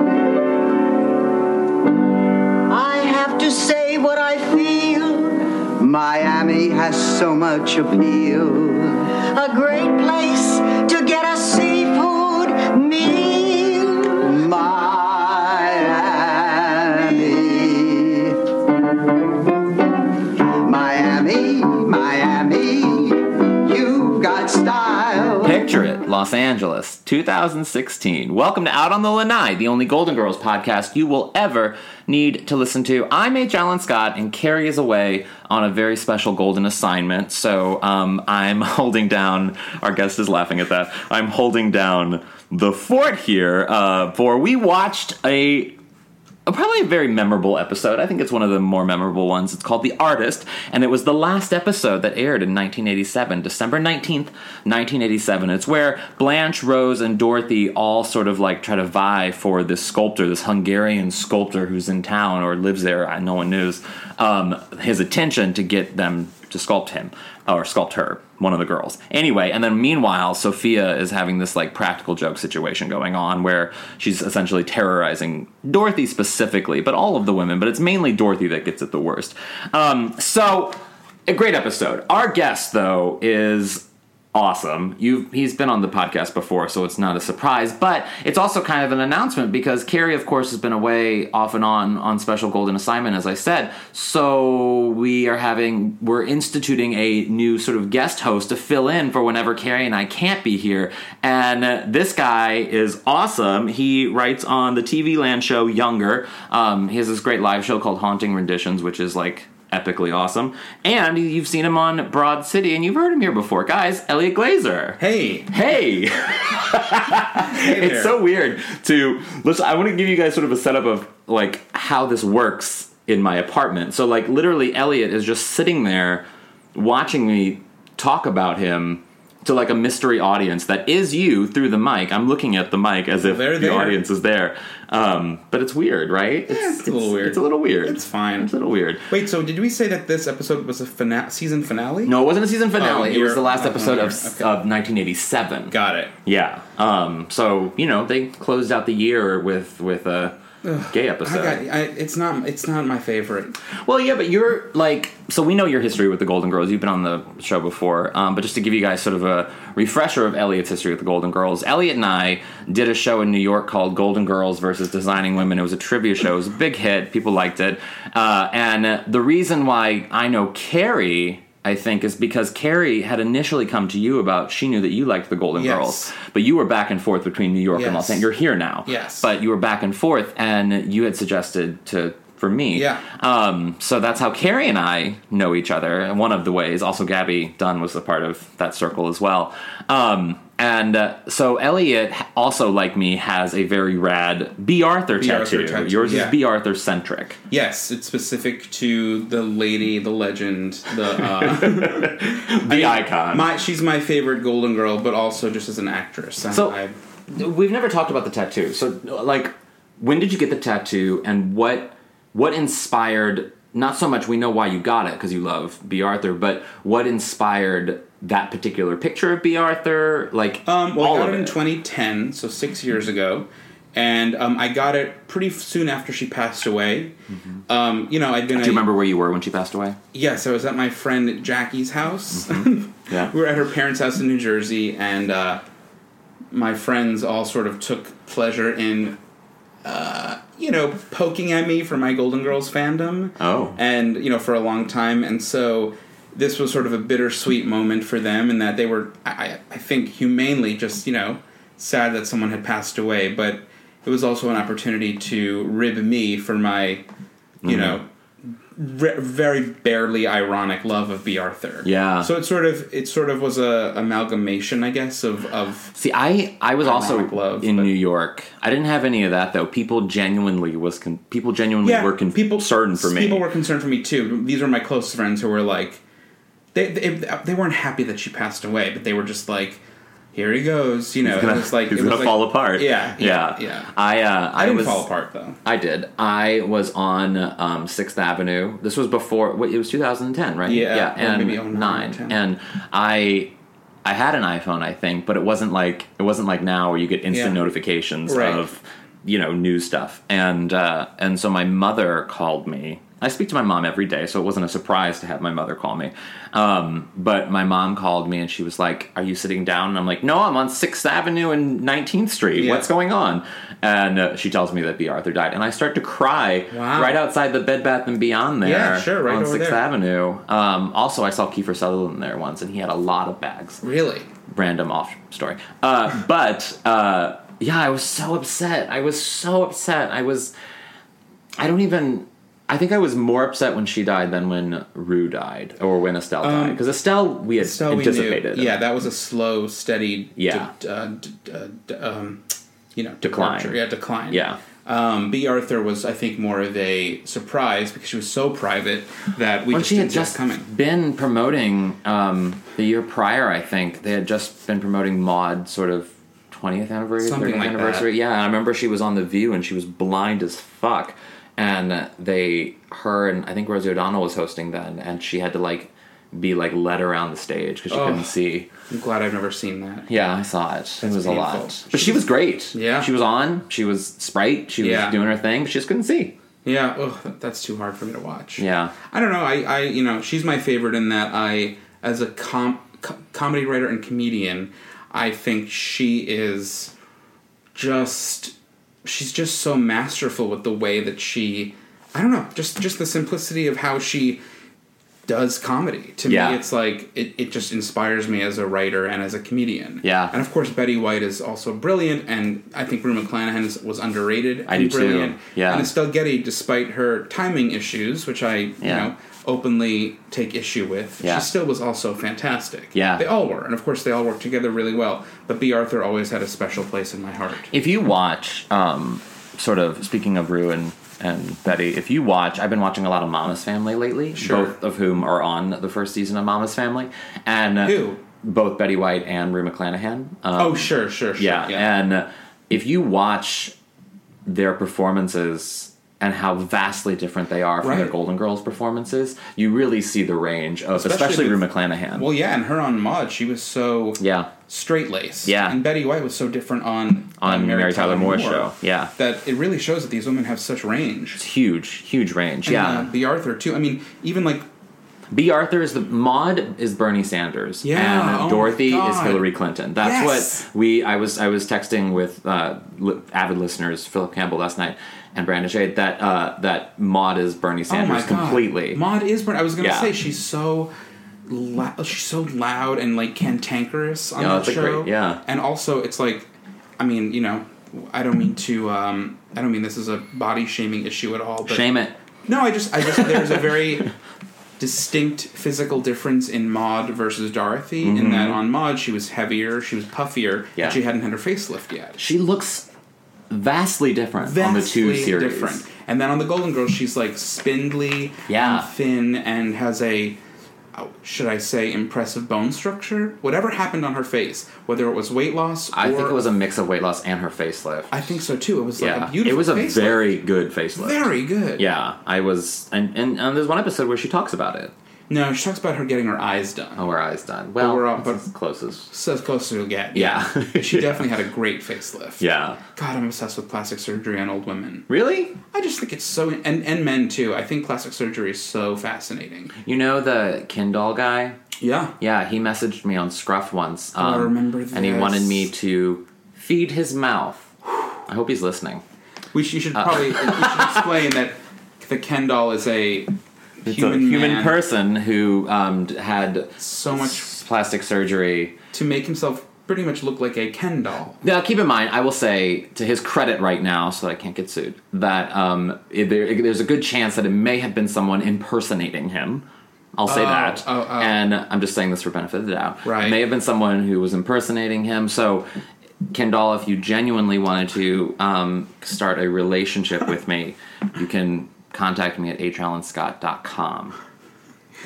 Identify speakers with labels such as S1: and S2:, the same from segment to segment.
S1: I have to say what I feel. Miami has so much appeal. A great place to get a seafood meal. Miami. Miami, Miami, you've got style.
S2: Picture it, Los Angeles, 2016. Welcome to Out on the Lanai, the only Golden Girls podcast you will ever need to listen to. I'm H. Allen Scott, and Carrie is away on a very special golden assignment. So um, I'm holding down, our guest is laughing at that. I'm holding down the fort here uh, for we watched a a- probably a very memorable episode. I think it's one of the more memorable ones. It's called The Artist, and it was the last episode that aired in 1987, December 19th, 1987. It's where Blanche, Rose, and Dorothy all sort of like try to vie for this sculptor, this Hungarian sculptor who's in town or lives there, I- no one knows, um, his attention to get them to sculpt him or sculpt her, one of the girls. Anyway, and then meanwhile, Sophia is having this like practical joke situation going on where she's essentially terrorizing Dorothy specifically, but all of the women, but it's mainly Dorothy that gets it the worst. Um, so, a great episode. Our guest, though, is awesome. You he's been on the podcast before, so it's not a surprise, but it's also kind of an announcement because Carrie of course has been away off and on on special golden assignment as I said. So we are having we're instituting a new sort of guest host to fill in for whenever Carrie and I can't be here. And uh, this guy is awesome. He writes on the TV Land show Younger. Um, he has this great live show called Haunting Renditions which is like epically awesome. And you've seen him on Broad City and you've heard him here before. Guys, Elliot Glazer.
S3: Hey.
S2: Hey. it's so weird to listen. I want to give you guys sort of a setup of like how this works in my apartment. So like literally Elliot is just sitting there watching me talk about him to like a mystery audience that is you through the mic. I'm looking at the mic as if
S3: They're
S2: the
S3: there.
S2: audience is there. Um, but it's weird, right?
S3: it's a little weird.
S2: It's a little weird.
S3: It's fine.
S2: It's a little weird.
S3: Wait, so did we say that this episode was a fina- season finale?
S2: No, it wasn't a season finale.
S3: Oh,
S2: it was
S3: you're-
S2: the last
S3: oh,
S2: episode of,
S3: okay.
S2: of 1987.
S3: Got it.
S2: Yeah. Um, so you know they closed out the year with with a gay
S3: I
S2: episode.
S3: got, I, it's not it's not my favorite.
S2: well, yeah, but you're like so we know your history with the Golden Girls. You've been on the show before, um, but just to give you guys sort of a refresher of Elliot's history with the Golden Girls, Elliot and I did a show in New York called Golden Girls versus Designing Women. It was a trivia show. It was a big hit. People liked it, uh, and uh, the reason why I know Carrie. I think is because Carrie had initially come to you about she knew that you liked the Golden
S3: Yes.
S2: Girls, but you were back and forth between New York and Los
S3: Yes.
S2: Angeles. You're here now,
S3: Yes.
S2: but you were back and forth, and you had suggested to for me,
S3: Yeah.
S2: Um, so that's how Carrie and I know each other. and One of the ways. Also, Gabby Dunn was a part of that circle as well. Um, and uh, so Elliot h- also, like me, has a very rad B. Arthur
S3: B. Arthur
S2: tattoo.
S3: tattoo,
S2: Yours
S3: yeah.
S2: is B. Arthur centric.
S3: Yes, it's specific to the lady, the legend, the uh,
S2: The icon.
S3: My she's my favorite Golden Girl, but also just as an actress.
S2: So-
S3: I,
S2: We've never talked about the tattoo. So, like, when did you get the tattoo, and what what inspired? Not so much we know why you got it because you love B. Arthur, but what inspired that particular picture of B. Arthur? Like,
S3: Um, well,
S2: all
S3: I got
S2: of
S3: it in
S2: it.
S3: 2010, so six years ago, and um, I got it pretty f- soon after she passed away. Um, you know, I'd been.
S2: Mm-hmm. Do you remember where you were when she passed away?
S3: Yes, I was at my friend Jackie's house.
S2: Mm-hmm. Yeah.
S3: we were at her parents' house in New Jersey, and uh, my friends all sort of took pleasure in, uh, you know, poking at me for my Golden Girls fandom.
S2: Oh.
S3: And, you know, for a long time. And so this was sort of a bittersweet moment for them in that they were, I, I think, humanely just, you know, sad that someone had passed away. But it was also an opportunity to rib me for my,
S2: Mhm.
S3: you know, re- very barely ironic love of B. Arthur.
S2: Yeah.
S3: So it sort of it sort of was a amalgamation, I guess, of of
S2: See, I I was also
S3: Ironic love,
S2: in New York. I didn't have any of that though. People genuinely was con- people genuinely were con-
S3: people
S2: concerned for me.
S3: People were concerned for me too. These were my close friends who were like, they they, they weren't happy that she passed away, but they were just like, here he goes, you know.
S2: gonna,
S3: it was like
S2: he's
S3: it was
S2: gonna
S3: like-
S2: fall apart.
S3: Yeah,
S2: yeah,
S3: yeah.
S2: I uh,
S3: I didn't
S2: was,
S3: fall apart though.
S2: I did. I was on um, Sixth Avenue. This was before. Wait, it was 2010, right?
S3: Yeah,
S2: yeah,
S3: or
S2: and
S3: maybe 09,
S2: nine.
S3: 10.
S2: And I, I had an iPhone, I think, but it wasn't like it wasn't like now where you get instant
S3: Yeah.
S2: notifications
S3: Right.
S2: of, you know, new stuff. And uh, and so my mother called me. I speak to my mom every day, so it wasn't a surprise to have my mother call me. Um, but my mom called me and she was like, "Are you sitting down?" And I'm like, "No, I'm on Sixth Avenue and 19th Street.
S3: Yeah.
S2: What's going on?" And uh, she tells me that B. Arthur died, and I start to cry
S3: Wow.
S2: right outside the Bed Bath and Beyond there
S3: Yeah, sure, right
S2: on
S3: over
S2: Sixth
S3: there.
S2: Avenue. Um, also, I saw Kiefer Sutherland there once, and he had a lot of bags.
S3: Really?
S2: Random off story, uh, but uh, yeah, I was so upset. I was so upset. I was. I don't even. I think I was more upset when she died than when Rue died or when Estelle died because Estelle we had
S3: So Um, we knew.
S2: anticipated.
S3: Yeah, that was a slow, steady.
S2: Yeah.
S3: d- uh, d- uh, d- um, you know,
S2: Decline.
S3: departure. Yeah, decline.
S2: Yeah.
S3: Um, B. Arthur was, I think, more of a surprise because she was so private that we
S2: when
S3: just
S2: she had
S3: didn't see it
S2: just
S3: coming.
S2: been promoting um, the year prior, I think they had just been promoting Maud sort of twentieth anniversary,
S3: Something
S2: 30th
S3: like that.
S2: anniversary. Yeah, and I remember she was on the View and she was blind as fuck, and they, her and I think Rosie O'Donnell was hosting then, and she had to like be like led around the stage because she
S3: Oh.
S2: couldn't see.
S3: I'm glad I've never seen that.
S2: Yeah, I saw it. it was a lot,
S3: painful.
S2: but she, was great.
S3: Yeah.
S2: she was on. She was sprite. She was
S3: Yeah.
S2: doing her thing. But she just couldn't see.
S3: Yeah, ugh, that's too hard for me to watch.
S2: Yeah.
S3: I don't know. I, I, you know, she's my favorite in that I, as a com- co- comedy writer and comedian, I think she is just, she's just so masterful with the way that she, I don't know, just just the simplicity of how she does comedy. To
S2: Yeah.
S3: me, it's like it, it just inspires me as a writer and as a comedian.
S2: Yeah.
S3: and of course Betty White is also brilliant, and I think Rue McClanahan is- was underrated.
S2: I do
S3: and
S2: too.
S3: brilliant.
S2: Yeah.
S3: and Estelle Getty, despite her timing issues, which I
S2: Yeah.
S3: you know openly take issue with,
S2: Yeah.
S3: she still was also fantastic.
S2: Yeah.
S3: they all were, and of course they all worked together really well. But B. Arthur always had a special place in my heart.
S2: If you watch, um, sort of speaking of Rue and, and Betty, if you watch, I've been watching a lot of Mama's Family lately,
S3: Sure.
S2: both of whom are on the first season of Mama's Family, and uh,
S3: Who?
S2: both Betty White and Rue McClanahan. Um,
S3: oh, sure, sure, sure.
S2: yeah, and uh, if you watch their performances and how vastly different they are from their
S3: Right.
S2: Golden Girls performances, you really see the range of especially,
S3: Especially
S2: Rue
S3: with-
S2: McClanahan.
S3: well, yeah, and her on Maud, she was so
S2: yeah,
S3: straight laced.
S2: Yeah.
S3: And Betty White was so different on
S2: On Mary Tyler Moore's show, yeah.
S3: That it really shows that these women have such range.
S2: huge, huge range.
S3: And,
S2: yeah,
S3: uh, B. Arthur too. I mean, even like
S2: B. Arthur is the Maud is Bernie Sanders.
S3: Yeah,
S2: and
S3: oh my
S2: Dorothy
S3: God.
S2: is Hillary Clinton. That's
S3: Yes.
S2: what we. I was I was texting with uh, li- avid listeners Philip Campbell last night and Brandon Shade that uh, that Maud is Bernie
S3: oh my
S2: Sanders
S3: god,
S2: completely.
S3: Maud is. Bern- I was gonna
S2: Yeah.
S3: say she's so. Loud, she's so loud and like cantankerous on
S2: Yeah,
S3: that
S2: that's a
S3: show.
S2: great- yeah.
S3: and also it's like, I mean, you know, I don't mean to. um I don't mean this is a body shaming issue at all. But
S2: Shame it.
S3: No, I just, I just, there's a very distinct physical difference in Maud versus Dorothy. In that, on Maud, she was heavier, she was puffier,
S2: Mm-hmm. Yeah.
S3: and she hadn't had her facelift yet.
S2: She looks vastly different on the two
S3: Vastly
S2: series.
S3: And then on the Golden Girls, she's like spindly,
S2: Yeah.
S3: and thin, and has a oh, should I say impressive bone structure? Whatever happened on her face, whether it was weight loss,
S2: I
S3: or,
S2: think it was a mix of weight loss and her facelift.
S3: I think so too. It was like
S2: yeah,
S3: a beautiful.
S2: it was a
S3: facelift.
S2: very good facelift.
S3: very good.
S2: Yeah, I was, and, and and there's one episode where she talks about it.
S3: No, she talks about her getting her eyes done.
S2: Oh, her eyes done. Well,
S3: we're all-
S2: that's as close as
S3: So as close as you'll get.
S2: Yeah.
S3: she definitely had a great facelift.
S2: Yeah.
S3: God, I'm obsessed with plastic surgery on old women.
S2: Really?
S3: I just think it's so, and, and men too. I think plastic surgery is so fascinating.
S2: You know the Kindle guy?
S3: Yeah.
S2: Yeah, he messaged me on Scruff once.
S3: Oh,
S2: um,
S3: I remember
S2: And he
S3: this.
S2: wanted me to Feed his mouth. I hope he's listening.
S3: We sh- you
S2: Uh.
S3: should probably we should explain that the Ken doll is a
S2: It's
S3: human
S2: a human
S3: man
S2: person who um, d- had
S3: So much
S2: s- plastic surgery.
S3: to make himself pretty much look like a Ken doll.
S2: Now, keep in mind, I will say to his credit right now, so that I can't get sued, that um, it, there, it- there's a good chance that it may have been someone impersonating him. I'll say
S3: Oh,
S2: that,
S3: oh, oh.
S2: and I'm just saying this for benefit of the doubt.
S3: Right.
S2: It may have been someone who was impersonating him. So, Kendall, if you genuinely wanted to um, start a relationship with me, you can contact me at hallenscott.com.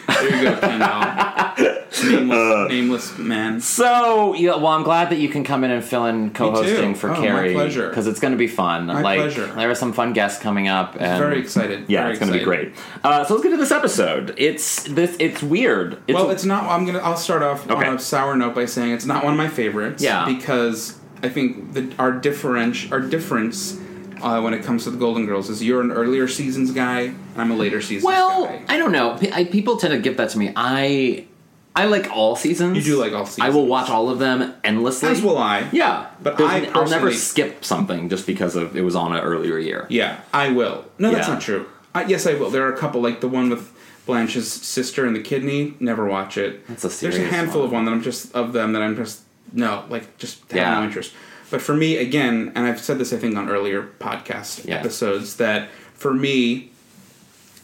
S3: There you go, Ken doll.
S2: Uh.
S3: nameless, nameless man.
S2: So, yeah, well, I'm glad that you can come in and fill in co-hosting for
S3: Oh, my
S2: Carrie
S3: pleasure.
S2: because it's going to be fun.
S3: My
S2: like,
S3: pleasure.
S2: there are some fun guests coming up. And
S3: Very excited.
S2: Yeah,
S3: Very
S2: it's going to be
S3: excited.
S2: great. Uh, so let's get to this episode. It's this. It's weird. It's,
S3: well, it's not. I'm gonna. I'll start off
S2: Okay.
S3: on a sour note by saying it's not one of my favorites.
S2: Yeah.
S3: Because I think the, our different our difference uh, when it comes to the Golden Girls is you're an earlier seasons guy and I'm a later seasons
S2: well.
S3: guy.
S2: I don't know. P- I, people tend to give that to me. I I like all seasons.
S3: You do like all
S2: I will
S3: seasons.
S2: watch all of them endlessly.
S3: As will I.
S2: Yeah,
S3: But
S2: There's
S3: I
S2: n- I'll never
S3: personally-
S2: skip something just because of it was on an earlier year.
S3: Yeah, I will. No, that's
S2: Yeah.
S3: not true. I, yes, I will. There are a couple, like the one with Blanche's sister and the kidney. Never watch it.
S2: That's a
S3: There's
S2: serious
S3: a handful
S2: one.
S3: of one that I'm just of them that I'm just no, like just have
S2: Yeah.
S3: no interest. But for me, again, and I've said this I think on earlier podcast
S2: Yeah.
S3: episodes that for me,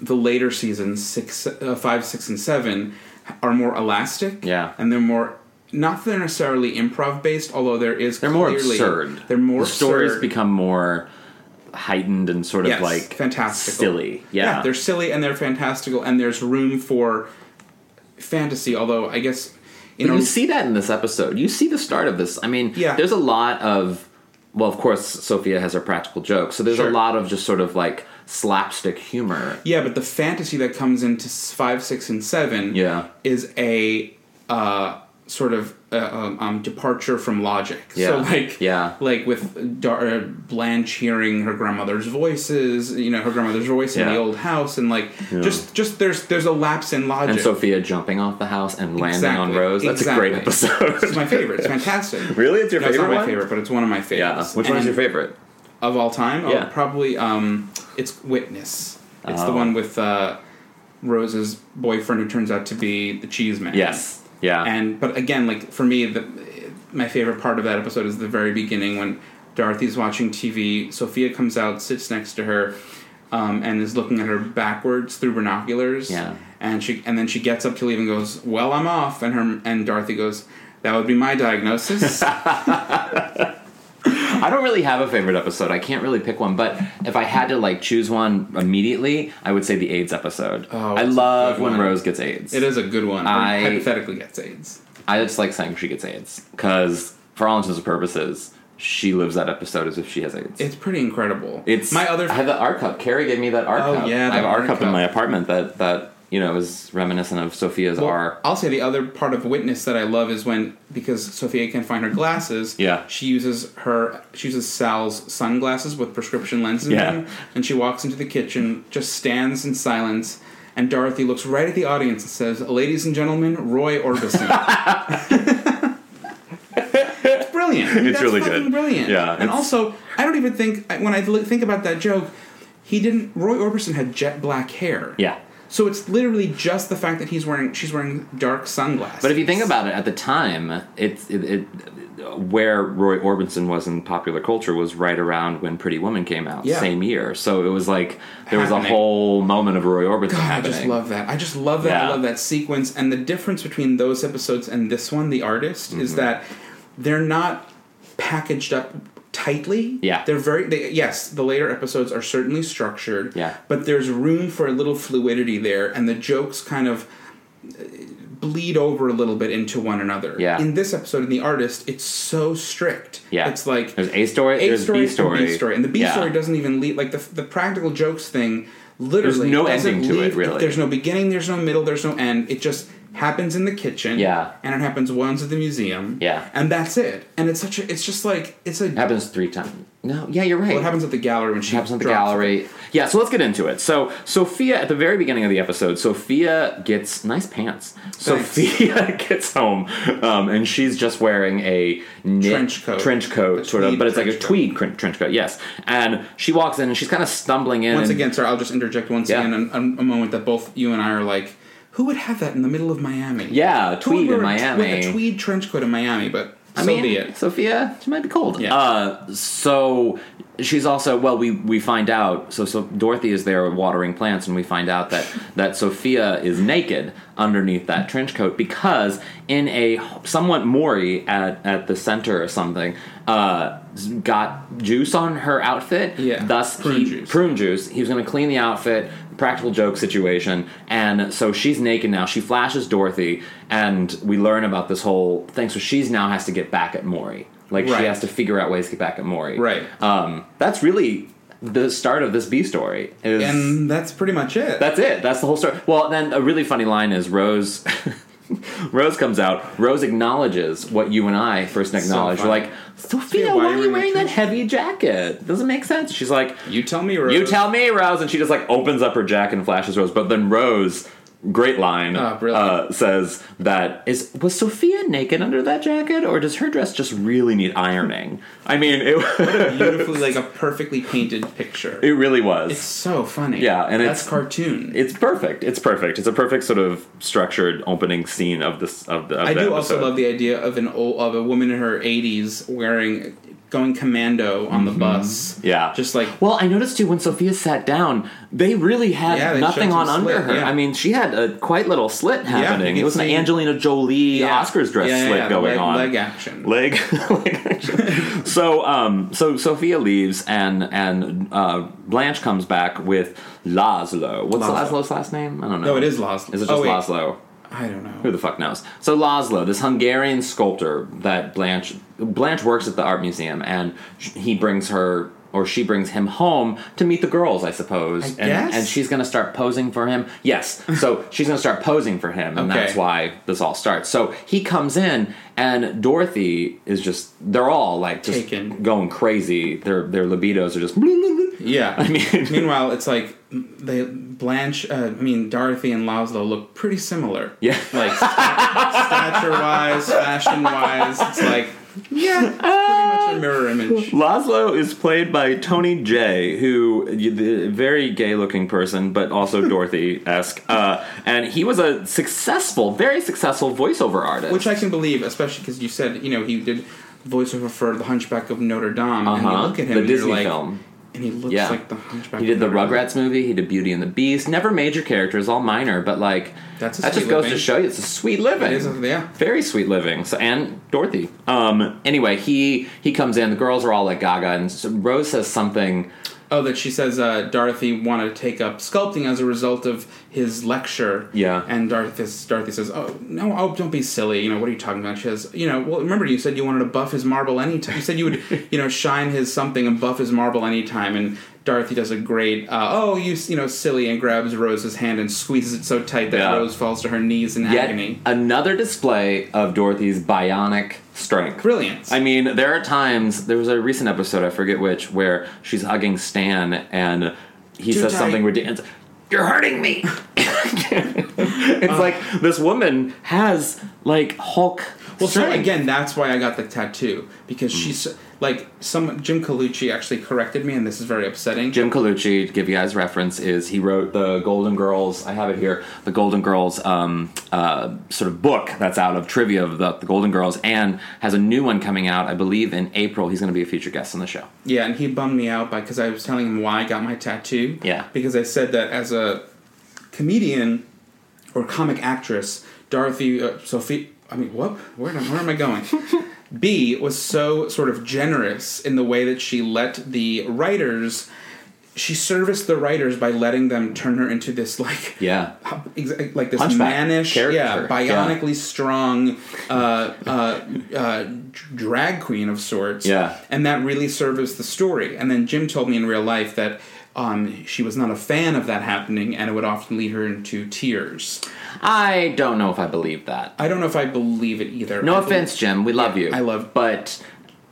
S3: the later seasons six, uh, five, six, and seven are more elastic.
S2: Yeah.
S3: and they're more. Not that they're necessarily improv based, although there is
S2: They're more
S3: clearly-
S2: absurd.
S3: They're more
S2: the stories
S3: absurd.
S2: become more heightened and sort of
S3: Yes,
S2: like
S3: fantastical.
S2: silly. Yeah,
S3: they're silly and they're fantastical, and there's room for fantasy. Although I guess you
S2: But
S3: know,
S2: you see that in this episode. You see the start of this. I mean,
S3: Yeah.
S2: there's a lot of well, of course, Sophia has her practical joke, so there's
S3: Sure.
S2: a lot of just sort of like slapstick humor.
S3: yeah, but the fantasy that comes into s- five, six, and seven,
S2: Yeah.
S3: is a uh, sort of uh, um, um, departure from logic. So
S2: Yeah.
S3: like,
S2: Yeah.
S3: like with Dar- uh, Blanche hearing her grandmother's voices, you know, her grandmother's voice in
S2: Yeah.
S3: the old house, and like, just just there's there's a lapse in logic.
S2: And Sophia jumping off the house and landing on
S3: Exactly.
S2: Rose. That's a great
S3: Exactly. It's
S2: episode.
S3: my favorite. It's fantastic.
S2: Really? It's your
S3: No,
S2: favorite
S3: It's not
S2: one?
S3: my favorite, but it's one of my
S2: yeah.
S3: favorites.
S2: Which one's
S3: And
S2: your favorite?
S3: of all time?
S2: Yeah.
S3: Oh, probably um, it's Witness. It's the
S2: Oh.
S3: one with uh, Rose's boyfriend, who turns out to be the cheese man.
S2: Yes. Yeah.
S3: And but again, like for me, the, my favorite part of that episode is the very beginning when Dorothy's watching TV. Sophia comes out, sits next to her, um, and is looking at her backwards through binoculars.
S2: Yeah.
S3: And she and then she gets up to leave and goes, "Well, I'm off." And her and Dorothy goes, "That would be my diagnosis."
S2: I don't really have a favorite episode. I can't really pick one, but if I had to like choose one immediately, I would say the AIDS episode.
S3: Oh,
S2: I
S3: it's a
S2: love
S3: good
S2: when
S3: one.
S2: Rose gets AIDS.
S3: it is a good one.
S2: I-
S3: Or hypothetically gets AIDS.
S2: I just like saying she gets AIDS because, for all intents and purposes, she lives that episode as if she has AIDS.
S3: It's pretty incredible.
S2: It's
S3: my other
S2: I have the R cup. Carrie gave me that R
S3: Oh,
S2: cup.
S3: yeah,
S2: I have
S3: the
S2: R
S3: R
S2: cup in
S3: cup.
S2: my apartment that that you know is reminiscent of Sophia's
S3: Well,
S2: R.
S3: I'll say the other part of witness that I love is when because Sophia can't find her glasses.
S2: Yeah.
S3: she uses her she uses Sal's sunglasses with prescription lenses. in
S2: Yeah.
S3: them, and she walks into the kitchen, just stands in silence, and Dorothy looks right at the audience and says, "Ladies and gentlemen, Roy Orbison." It's Brilliant! I mean,
S2: It's
S3: that's
S2: really
S3: fucking
S2: good.
S3: Brilliant.
S2: Yeah,
S3: and
S2: it's-
S3: also I don't even think when I look- think about that joke, he didn't. Roy Orbison had jet black hair.
S2: Yeah.
S3: So it's literally just the fact that he's wearing she's wearing dark sunglasses.
S2: But if you think about it, at the time, it's it, it, where Roy Orbison was in popular culture was right around when Pretty Woman came out,
S3: Yeah.
S2: same year. So it was like there was a
S3: Happening.
S2: whole moment of Roy Orbison
S3: God, I
S2: happening.
S3: just love that. I just love that.
S2: Yeah.
S3: I love that sequence. And the difference between those episodes and this one, The Artist, is
S2: Mm-hmm.
S3: that they're not packaged up tightly.
S2: Yeah.
S3: They're very they, yes, the later episodes are certainly structured.
S2: Yeah.
S3: But there's room for a little fluidity there and the jokes kind of uh, bleed over a little bit into one another.
S2: Yeah.
S3: In this episode in The Artist, it's so strict.
S2: Yeah.
S3: It's like
S2: There's A story, there's B
S3: and
S2: story.
S3: B story. And the B
S2: Yeah.
S3: story doesn't even lead like the the practical jokes thing literally
S2: no
S3: doesn't
S2: ending to it,
S3: leave-
S2: really.
S3: There's no beginning, there's no middle, there's no end. It just happens in the kitchen.
S2: Yeah.
S3: And it happens once at the museum.
S2: Yeah.
S3: And that's it. And it's such a. It's just like it's a.
S2: It happens three times. No, yeah, you're right.
S3: What happens at the gallery when she
S2: happens at the
S3: drops-
S2: gallery. Yeah, so let's get into it. So Sophia, at the very beginning of the episode, Sophia gets nice pants. Sophia gets home, um, and she's just wearing a knit
S3: Trench coat.
S2: trench coat,
S3: A
S2: sort of,
S3: tweed
S2: but it's like a
S3: trench coat.
S2: tweed cr- trench coat. Yes, and she walks in, and she's kind of stumbling in.
S3: Once
S2: and-
S3: again, sir, I'll just interject once
S2: Yeah.
S3: again a, a moment that both you and I are like, who would have that in the middle of Miami?
S2: yeah,
S3: Who would
S2: tweed in
S3: wear a tw-
S2: Miami.
S3: A tweed trench coat in Miami, but
S2: I
S3: so
S2: mean,
S3: be it.
S2: Sophia, she might be cold.
S3: Yeah.
S2: Uh, so she's also well. We we find out. So so Dorothy is there watering plants, and we find out that that Sophia is naked underneath that trench coat because in a somewhat Maury at at the center or something. Uh, got juice on her outfit.
S3: Yeah.
S2: Thus,
S3: Prune
S2: he,
S3: juice.
S2: prune juice. He was going to clean the outfit. Practical joke situation, and so she's naked now. She flashes Dorothy, and we learn about this whole thing. So she's now has to get back at Maury. Like she
S3: Right.
S2: has to figure out ways to get back at Maury.
S3: Right.
S2: Um, that's really the start of this B story. Is
S3: And that's pretty much it.
S2: that's it. That's the whole story. Well, then a really funny line is Rose. Rose comes out. Rose acknowledges what you and I first acknowledged. We're
S3: funny.
S2: like, Sophia, why
S3: Sophia, why
S2: are
S3: were
S2: you
S3: you
S2: wearing that
S3: dressed-
S2: heavy jacket? Doesn't make sense. She's like,
S3: you tell me, Rose.
S2: you tell me, Rose. And she just like opens up her jacket and flashes Rose. But then Rose, great line,
S3: Oh, brilliant.
S2: uh, says that is was Sophia naked under that jacket, or does her dress just really need ironing? I mean, it
S3: Beautifully, like a perfectly painted picture.
S2: it really was.
S3: it's so funny.
S2: Yeah, and
S3: that's
S2: it's-
S3: cartoon.
S2: It's perfect. It's perfect. It's a perfect sort of structured opening scene of this of the. Of
S3: I
S2: the
S3: do also
S2: episode.
S3: love the idea of an old, of a woman in her 80s wearing going commando on the bus.
S2: Mm-hmm. Yeah.
S3: Just like
S2: Well, I noticed too when Sophia sat down, they really had
S3: Yeah, they
S2: nothing
S3: showed
S2: on
S3: some
S2: under
S3: slit,
S2: her.
S3: yeah.
S2: I mean, she had a quite little slit happening.
S3: you
S2: it was an
S3: can see-
S2: Angelina Jolie
S3: yeah.
S2: Oscars dress
S3: Yeah, yeah,
S2: slit
S3: yeah, the
S2: going
S3: leg,
S2: on.
S3: Leg action.
S2: leg. leg action. so, um, so Sophia leaves, and and uh, Blanche comes back with Laszlo. What's
S3: Laszlo.
S2: Laszlo's last name? I don't know.
S3: No, it is Laszlo.
S2: Is it just
S3: Oh, wait.
S2: Laszlo?
S3: I don't know.
S2: Who the fuck knows? So Laszlo, this Hungarian sculptor that Blanche Blanche works at the art museum, and sh- he brings her or she brings him home to meet the girls, I suppose.
S3: I
S2: and,
S3: guess?
S2: and she's gonna start posing for him. Yes, so she's gonna start posing for him, and
S3: Okay.
S2: that's why this all starts. So he comes in, and Dorothy is just—they're all like just
S3: Taken.
S2: going crazy. Their their libidos are just. Yeah.
S3: Yeah.
S2: I mean-
S3: meanwhile, it's like they Blanche. Uh, I mean, Dorothy and Laszlo look pretty similar.
S2: Yeah.
S3: Like stature wise, fashion wise, it's like yeah, pretty much a mirror image.
S2: Laszlo is played by Tony J, who the very gay-looking person, but also Dorothy-esque, uh, and he was a successful, very successful voiceover artist.
S3: Which I can believe, especially because you said you know he did voiceover for The Hunchback of Notre Dame, and you
S2: Uh-huh.
S3: look at him,
S2: the
S3: and you're
S2: Disney
S3: like,
S2: film.
S3: and he looks
S2: Yeah,
S3: like the Hunchback.
S2: he did
S3: of
S2: the
S3: Notre Dame.
S2: Rugrats movie. He did Beauty and the Beast. Never major characters, all minor, but like
S3: That's a
S2: that just
S3: sweet
S2: goes
S3: living.
S2: to show you it's a sweet living.
S3: It is a- yeah.
S2: very sweet living. So and Dorothy. Um. Anyway, he he comes in. The girls are all like Gaga, and so Rose says something.
S3: Oh, that she says uh, Dorothy wanted to take up sculpting as a result of his lecture.
S2: Yeah.
S3: And Dorothy, Dorothy says, "Oh no, oh don't be silly. You know what are you talking about?" She says, "You know, well remember you said you wanted to buff his marble anytime. You said you would, you know, shine his something and buff his marble anytime." And Dorothy does a great, uh, "Oh you, s- you know, silly," and grabs Rose's hand and squeezes it so tight that
S2: Yeah.
S3: Rose falls to her knees in
S2: Yet uh,
S3: agony.
S2: another display of Dorothy's bionic strength.
S3: Brilliance.
S2: I mean, there are times. There was a recent episode, I forget which, where she's hugging Stan and he
S3: Too
S2: says
S3: tight.
S2: something ridiculous. You're hurting me.
S3: Uh.
S2: it's like this woman has like Hulk.
S3: Well, so
S2: strength.
S3: again, that's why I got the tattoo
S2: Hmm.
S3: because she's like some Jim Colucci actually corrected me, and this is very upsetting.
S2: Jim Colucci, to give you guys reference, is he wrote the Golden Girls. I have it here. The Golden Girls um, uh, sort of book that's out of trivia of the, the Golden Girls, and has a new one coming out. I believe in April. He's going to be a featured guest on the show.
S3: Yeah, and he bummed me out by because I was telling him why I got my tattoo.
S2: Yeah.
S3: Because I said that as a comedian or comic actress, Dorothy uh, Sophie. I mean, what? Where, am- where am I going? B was so sort of generous in the way that she let the writers. She serviced the writers by letting them turn her into this like
S2: Yeah.
S3: exa- like this
S2: Hunchback
S3: mannish,
S2: character,
S3: yeah, bionically strong uh, uh, uh, d- drag queen of sorts.
S2: Yeah.
S3: and that really serves the story. And then Jim told me in real life that um, she was not a fan of that happening, and it would often lead her into tears.
S2: I don't know if I believe that.
S3: I don't know if I believe it either.
S2: No
S3: I
S2: offense,
S3: believe-
S2: Jim. We love you.
S3: I love
S2: but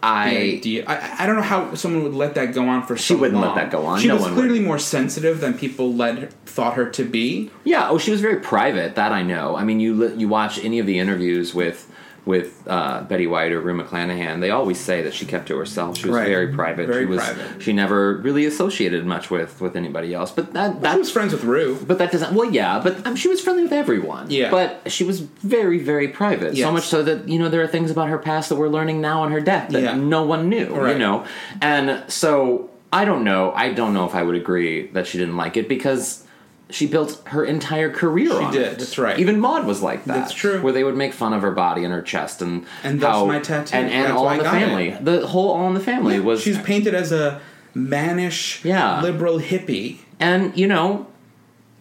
S2: I
S3: the idea. I, I don't know how someone would let that go on for
S2: She
S3: so
S2: wouldn't let
S3: long.
S2: that go on.
S3: She
S2: No
S3: was
S2: one would.
S3: clearly more sensitive than people led thought her to be.
S2: Yeah. Oh, she was very private. That I know. I mean, you li- you watch any of the interviews with with uh, Betty White or Rue McClanahan, they always say that she kept to herself. She was
S3: Right.
S2: very private.
S3: Very
S2: she was.
S3: private.
S2: She never really associated much with with anybody else. But that
S3: I
S2: that
S3: was friends with Rue.
S2: But that doesn't. Well, yeah, but um, she was friendly with everyone.
S3: Yeah.
S2: But she was very, very private.
S3: Yes.
S2: So much so that you know there are things about her past that we're learning now on her death that
S3: Yeah.
S2: no one knew.
S3: Right.
S2: You know, and so I don't know. I don't know if I would agree that she didn't like it because she built her entire career.
S3: She
S2: on
S3: did,
S2: It.
S3: that's right.
S2: Even Maud was like that.
S3: That's true.
S2: Where they would make fun of her body and her chest and
S3: And that's
S2: how-
S3: my tattoo.
S2: and, and
S3: That's
S2: all
S3: why
S2: in
S3: I
S2: the
S3: got it.
S2: family. The whole all in the family was
S3: She's painted as a mannish,
S2: Yeah.
S3: liberal hippie.
S2: and you know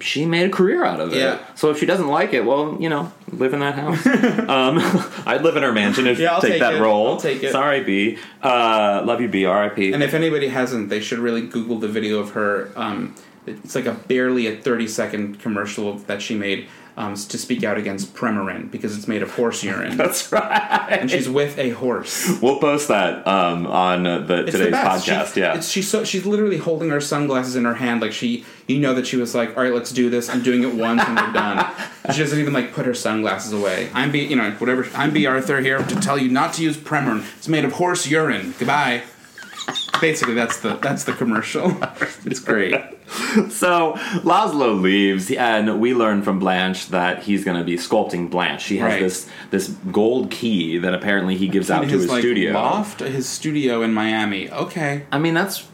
S2: she made a career out of it.
S3: Yeah.
S2: So if she doesn't like it, well, you know, live in that house. um, I'd live in her mansion if
S3: Yeah, I'll
S2: take,
S3: take
S2: that
S3: it.
S2: role.
S3: I'll take it.
S2: Sorry, B. Uh, love you, B. R.I.P.
S3: And if anybody hasn't, they should really Google the video of her. Um, it's like a barely a thirty second commercial that she made um, to speak out against Premarin because it's made of horse urine.
S2: That's right.
S3: and she's with a horse.
S2: We'll post that um, on uh, the
S3: It's
S2: today's
S3: the best. She-
S2: podcast. yeah.
S3: it's, she's so she's literally holding her sunglasses in her hand, like she, you know, that she was like, "All right, let's do this. I'm doing it once, and we're done." And she doesn't even like put her sunglasses away. I'm be, you know, whatever. I'm B Arthur here to tell you not to use Premarin. It's made of horse urine. Goodbye. Basically, that's the that's the commercial. It's great.
S2: So Laszlo leaves, and we learn from Blanche that he's going to be sculpting Blanche. She has
S3: Right.
S2: this this gold key that apparently he gives out to his,
S3: like,
S2: studio.
S3: loft, his studio in Miami. Okay,
S2: I mean, that's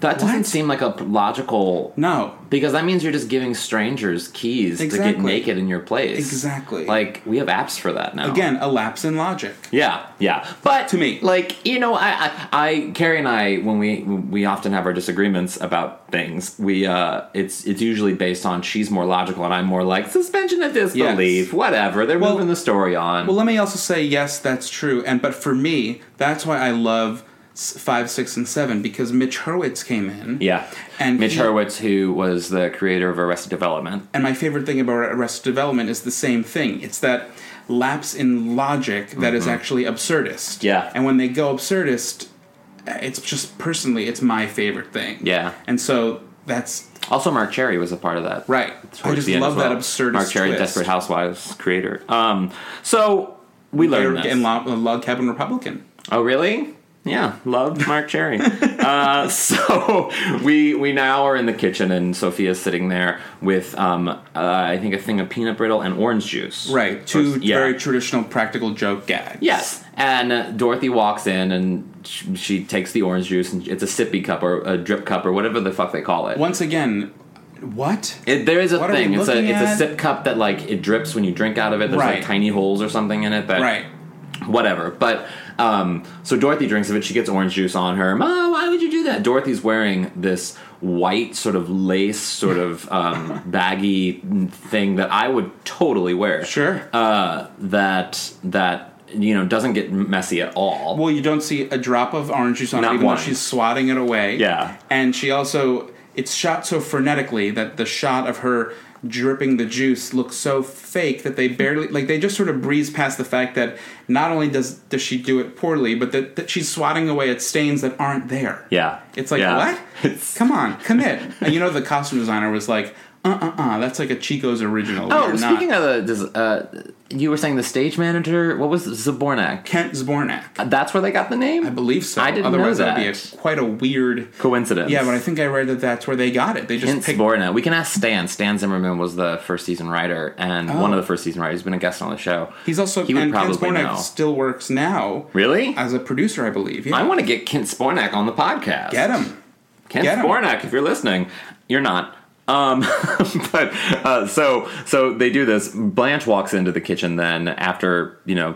S2: that doesn't
S3: What?
S2: seem like a logical
S3: no,
S2: Because that means you're just giving strangers keys to get
S3: Exactly.
S2: naked in your place.
S3: Exactly.
S2: Like we have apps for that now.
S3: again, a lapse in logic.
S2: Yeah, yeah. But
S3: To me.
S2: like you know, I, I, I, Carrie and I, when we we often have our disagreements about things, we uh, it's it's usually based on she's more logical and I'm more like suspension of disbelief, whatever. They're
S3: Well-
S2: moving the story on.
S3: Well, let me also say yes, that's true. And but for me, that's why I love s- five, six, and seven because Mitch Hurwitz came in.
S2: yeah.
S3: and
S2: Mitch
S3: he-
S2: Hurwitz, who was the creator of Arrested Development,
S3: And my favorite thing about Arrested Development is the same thing. It's that lapse in logic that is actually absurdist.
S2: Mm-hmm. Yeah.
S3: And when they go absurdist, it's just personally, it's my favorite thing.
S2: Yeah.
S3: And so that's
S2: Also, Mark Cherry was a part of that.
S3: Right. I just
S2: end
S3: love
S2: as
S3: that absurdist
S2: Mark Cherry,
S3: twist.
S2: Desperate Housewives creator. Um, so we learned this.
S3: in Log, uh, Log Cabin Republican.
S2: oh, really? Yeah, love Mark Cherry. uh, so we we now are in the kitchen, and Sophia's sitting there with um, uh, I think a thing of peanut brittle and orange juice.
S3: Right. Two
S2: Or- yeah.
S3: very traditional practical joke gags.
S2: Yes, and uh, Dorothy walks in and she, she takes the orange juice and it's a sippy cup or a drip cup or whatever the fuck they call it.
S3: Once again, what?
S2: It, there is a
S3: What are we
S2: thing. It's a
S3: looking
S2: it's a
S3: at?
S2: sip cup that like it drips when you drink out of it. There's
S3: Right.
S2: like tiny holes or something in it. That
S3: Right.
S2: Whatever. But um, so Dorothy drinks of it. She gets orange juice on her. Mom, why would you do that? Dorothy's wearing this white sort of lace sort of um, baggy thing that I would totally wear.
S3: Sure.
S2: Uh, that that you know doesn't get messy at all.
S3: Well, you don't see a drop of orange juice on
S2: Not
S3: her, even
S2: one.
S3: though she's swatting it away.
S2: Yeah.
S3: And she also, it's shot so frenetically that the shot of her dripping the juice looks so fake that they barely, like, they just sort of breeze past the fact that not only does, does she do it poorly, but that, that she's swatting away at stains that aren't there.
S2: Yeah.
S3: It's like,
S2: Yeah.
S3: what?
S2: It's-
S3: Come on, commit. and you know, the costume designer was like, uh uh uh, that's like a Chico's original. We
S2: oh,
S3: are
S2: speaking
S3: not.
S2: of the, does, uh, you were saying the stage manager. What was Zabornak?
S3: Kent Zbornak.
S2: That's where they got the name.
S3: I believe so.
S2: I didn't
S3: Otherwise,
S2: know that.
S3: would be a, quite a weird
S2: Coincidence.
S3: Yeah, but I think I read that that's where they got it. They just
S2: Hence
S3: picked.
S2: Borna. We can ask Stan. Stan Zimmerman was the first season writer and one of the first season writers. He's been a guest on the show.
S3: Oh. He's also
S2: he would
S3: and Ken
S2: probably
S3: Spornak
S2: know.
S3: still works now.
S2: Really?
S3: As a producer, I believe. Yeah.
S2: I want to get Kent Spornak on the podcast.
S3: get him.
S2: Kent
S3: Get him.
S2: Spornak, if you're listening, you're not. Um, but uh, so so they do this. Blanche walks into the kitchen then after you know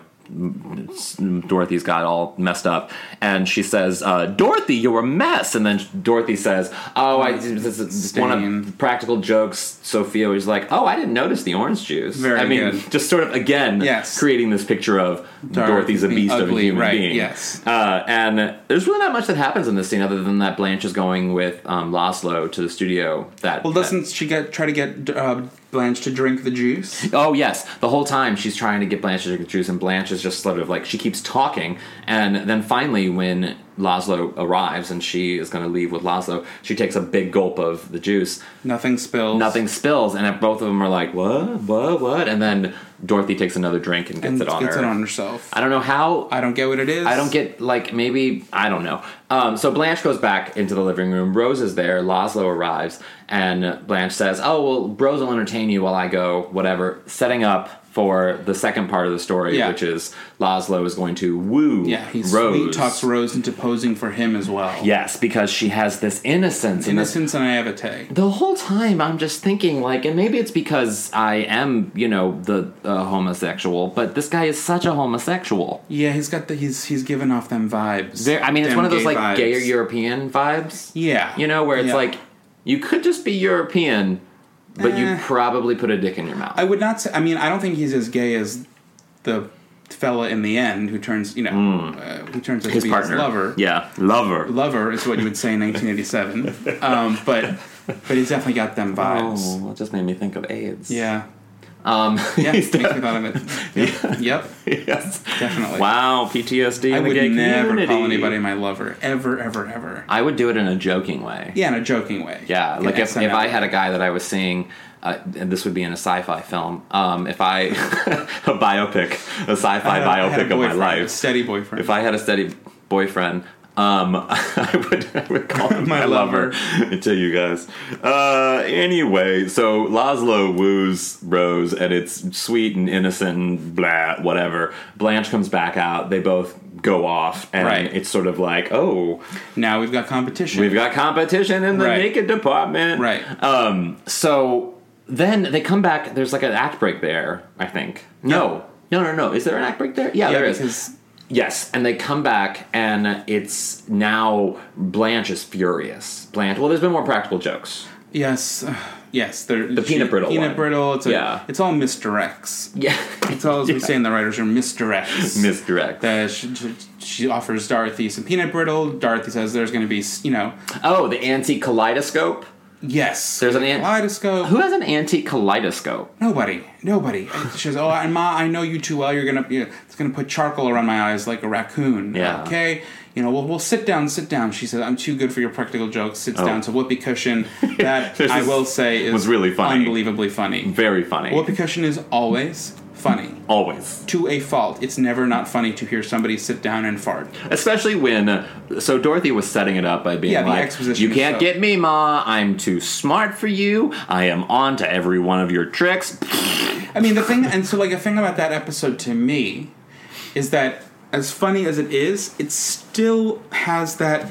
S2: Dorothy's got all messed up, and she says, uh, "Dorothy, you're a mess." And then Dorothy says, "Oh, I this is one of the practical jokes." Sophia was like, "Oh, I didn't notice the orange juice."
S3: Very
S2: I mean,
S3: good.
S2: just sort of again
S3: Yes.
S2: creating this picture of Dorothy's a
S3: being
S2: beast of a
S3: ugly,
S2: human
S3: right,
S2: being.
S3: yes.
S2: uh, and there's really not much that happens in this scene other than that Blanche is going with um, Laszlo to the studio. That
S3: Well, doesn't she get try to get uh, Blanche to drink the juice?
S2: Oh yes, the whole time she's trying to get Blanche to drink the juice, and Blanche is just sort of like she keeps talking, and then finally when Laszlo arrives and she is going to leave with Laszlo, she takes a big gulp of the juice.
S3: Nothing spills.
S2: Nothing spills, and both of them are like, "What? What? What?" And then Dorothy takes another drink and gets
S3: and
S2: it on
S3: gets
S2: her.
S3: it on herself.
S2: I don't know how.
S3: I don't get what it is.
S2: I don't get like maybe I don't know. Um, so Blanche goes back into the living room. Rose is there. Laszlo arrives, and Blanche says, "Oh well, Rose will entertain you while I go. Whatever." Setting up for the second part of the story,
S3: Yeah.
S2: which is Laszlo is going to woo
S3: Yeah, he sweet
S2: Rose.
S3: talks Rose into posing for him as well.
S2: yes, because she has this innocence and this
S3: innocence and naivete.
S2: the whole time I'm just thinking like, and maybe it's because I am, you know, the uh, homosexual, but this guy is such a homosexual.
S3: Yeah, he's got the he's he's giving off them vibes.
S2: There, I mean, it's
S3: Them
S2: one of those
S3: gay
S2: like
S3: vibes.
S2: gayer European vibes.
S3: Yeah,
S2: You know, where it's
S3: Yeah.
S2: like you could just be European, but you
S3: Eh.
S2: probably put a dick in your mouth.
S3: I would not. Say, I mean, I don't think he's as gay as the fella in the end who turns you know uh, who turns out
S2: Hmm. his
S3: to be
S2: partner,
S3: his lover.
S2: yeah, lover.
S3: lover is what you would say in 1987. um, but but he's definitely got them vibes.
S2: Oh, that just made me think of AIDS.
S3: Yeah.
S2: Um, he's
S3: Yeah, makes me
S2: done-
S3: thought of it. Yep, yep.
S2: yes,
S3: Definitely.
S2: Wow, PTSD. In
S3: I
S2: the
S3: would
S2: gay
S3: never
S2: community.
S3: call anybody my lover, ever, ever, ever.
S2: I would do it in a joking way.
S3: Yeah, in a joking way.
S2: Yeah, like
S3: In
S2: if, if
S3: SNL.
S2: I had a guy that I was seeing, uh, and this would be in a sci-fi film. Um, if I a biopic, a
S3: I
S2: sci-fi
S3: had a- I had a
S2: biopic of my
S3: boyfriend, a
S2: life,
S3: steady boyfriend.
S2: if I had a steady boyfriend, um, I would I would call him my,
S3: My
S2: lover. I tell you guys. Uh, anyway, so Laszlo woos Rose, and it's sweet and innocent and blah whatever. Blanche comes back out. They both go off, and
S3: Right.
S2: it's sort of like, oh,
S3: now we've got competition.
S2: We've got competition in the
S3: Right.
S2: naked department.
S3: Right.
S2: Um, so then they come back. There's like an act break there, I think. No. No, no, no. Is there an act break there? Yeah,
S3: yeah,
S2: there is.
S3: because
S2: Yes, and they come back, and it's now Blanche is furious. Blanche. Well, there's been more practical jokes.
S3: yes, uh, yes, there,
S2: The peanut brittle
S3: peanut
S2: one.
S3: brittle. It's a,
S2: Yeah.
S3: it's all misdirects.
S2: Yeah.
S3: It's all as we say in the writers' room, misdirects.
S2: Misdirect.
S3: That she, she offers Dorothy some peanut brittle. Dorothy says there's going to be, you know,
S2: oh, the antique kaleidoscope.
S3: yes.
S2: There's an ant-
S3: kaleidoscope.
S2: Who has an antique kaleidoscope?
S3: Nobody, nobody. She says, "Oh, and Ma, I know you too well. You're gonna, you're, it's gonna put charcoal around my eyes like a raccoon."
S2: Yeah.
S3: Okay. You know, well, we'll sit down, sit down. She says, "I'm too good for your practical jokes." Sits
S2: Oh.
S3: down to whoopee cushion. That
S2: This
S3: I
S2: is-
S3: will say is
S2: was really funny.
S3: unbelievably funny.
S2: Very funny.
S3: Whoopee cushion is always funny
S2: Always.
S3: to a fault. It's never not funny to hear somebody sit down and fart.
S2: Especially when, uh, so Dorothy was setting it up by being
S3: Yeah, the
S2: like,
S3: exposition
S2: "You
S3: is
S2: can't
S3: so-
S2: get me, Ma. I'm too smart for you. I am on to every one of your tricks."
S3: I mean, the thing, and so like a thing about that episode to me is that as funny as it is, it still has that.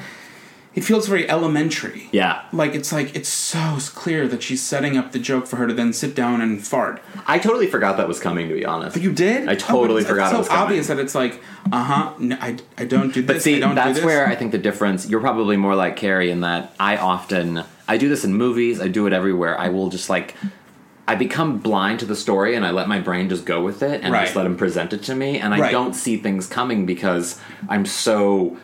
S3: It feels very elementary.
S2: Yeah.
S3: Like it's like it's so clear that she's setting up the joke for her to then sit down and fart.
S2: I totally forgot that was coming. To be honest,
S3: But you did.
S2: I
S3: Oh, but
S2: totally
S3: it's-
S2: forgot.
S3: It's
S2: it
S3: so
S2: was coming.
S3: obvious that it's like, uh huh. No, I, I don't do this.
S2: But see,
S3: I don't do
S2: that's
S3: this.
S2: where I think the difference. You're probably more like Carrie in that I often I do this in movies. I do it everywhere. I will just like I become blind to the story and I let my brain just go with it and
S3: Right.
S2: just let him present it to me. And I
S3: Right.
S2: don't see things coming because I'm so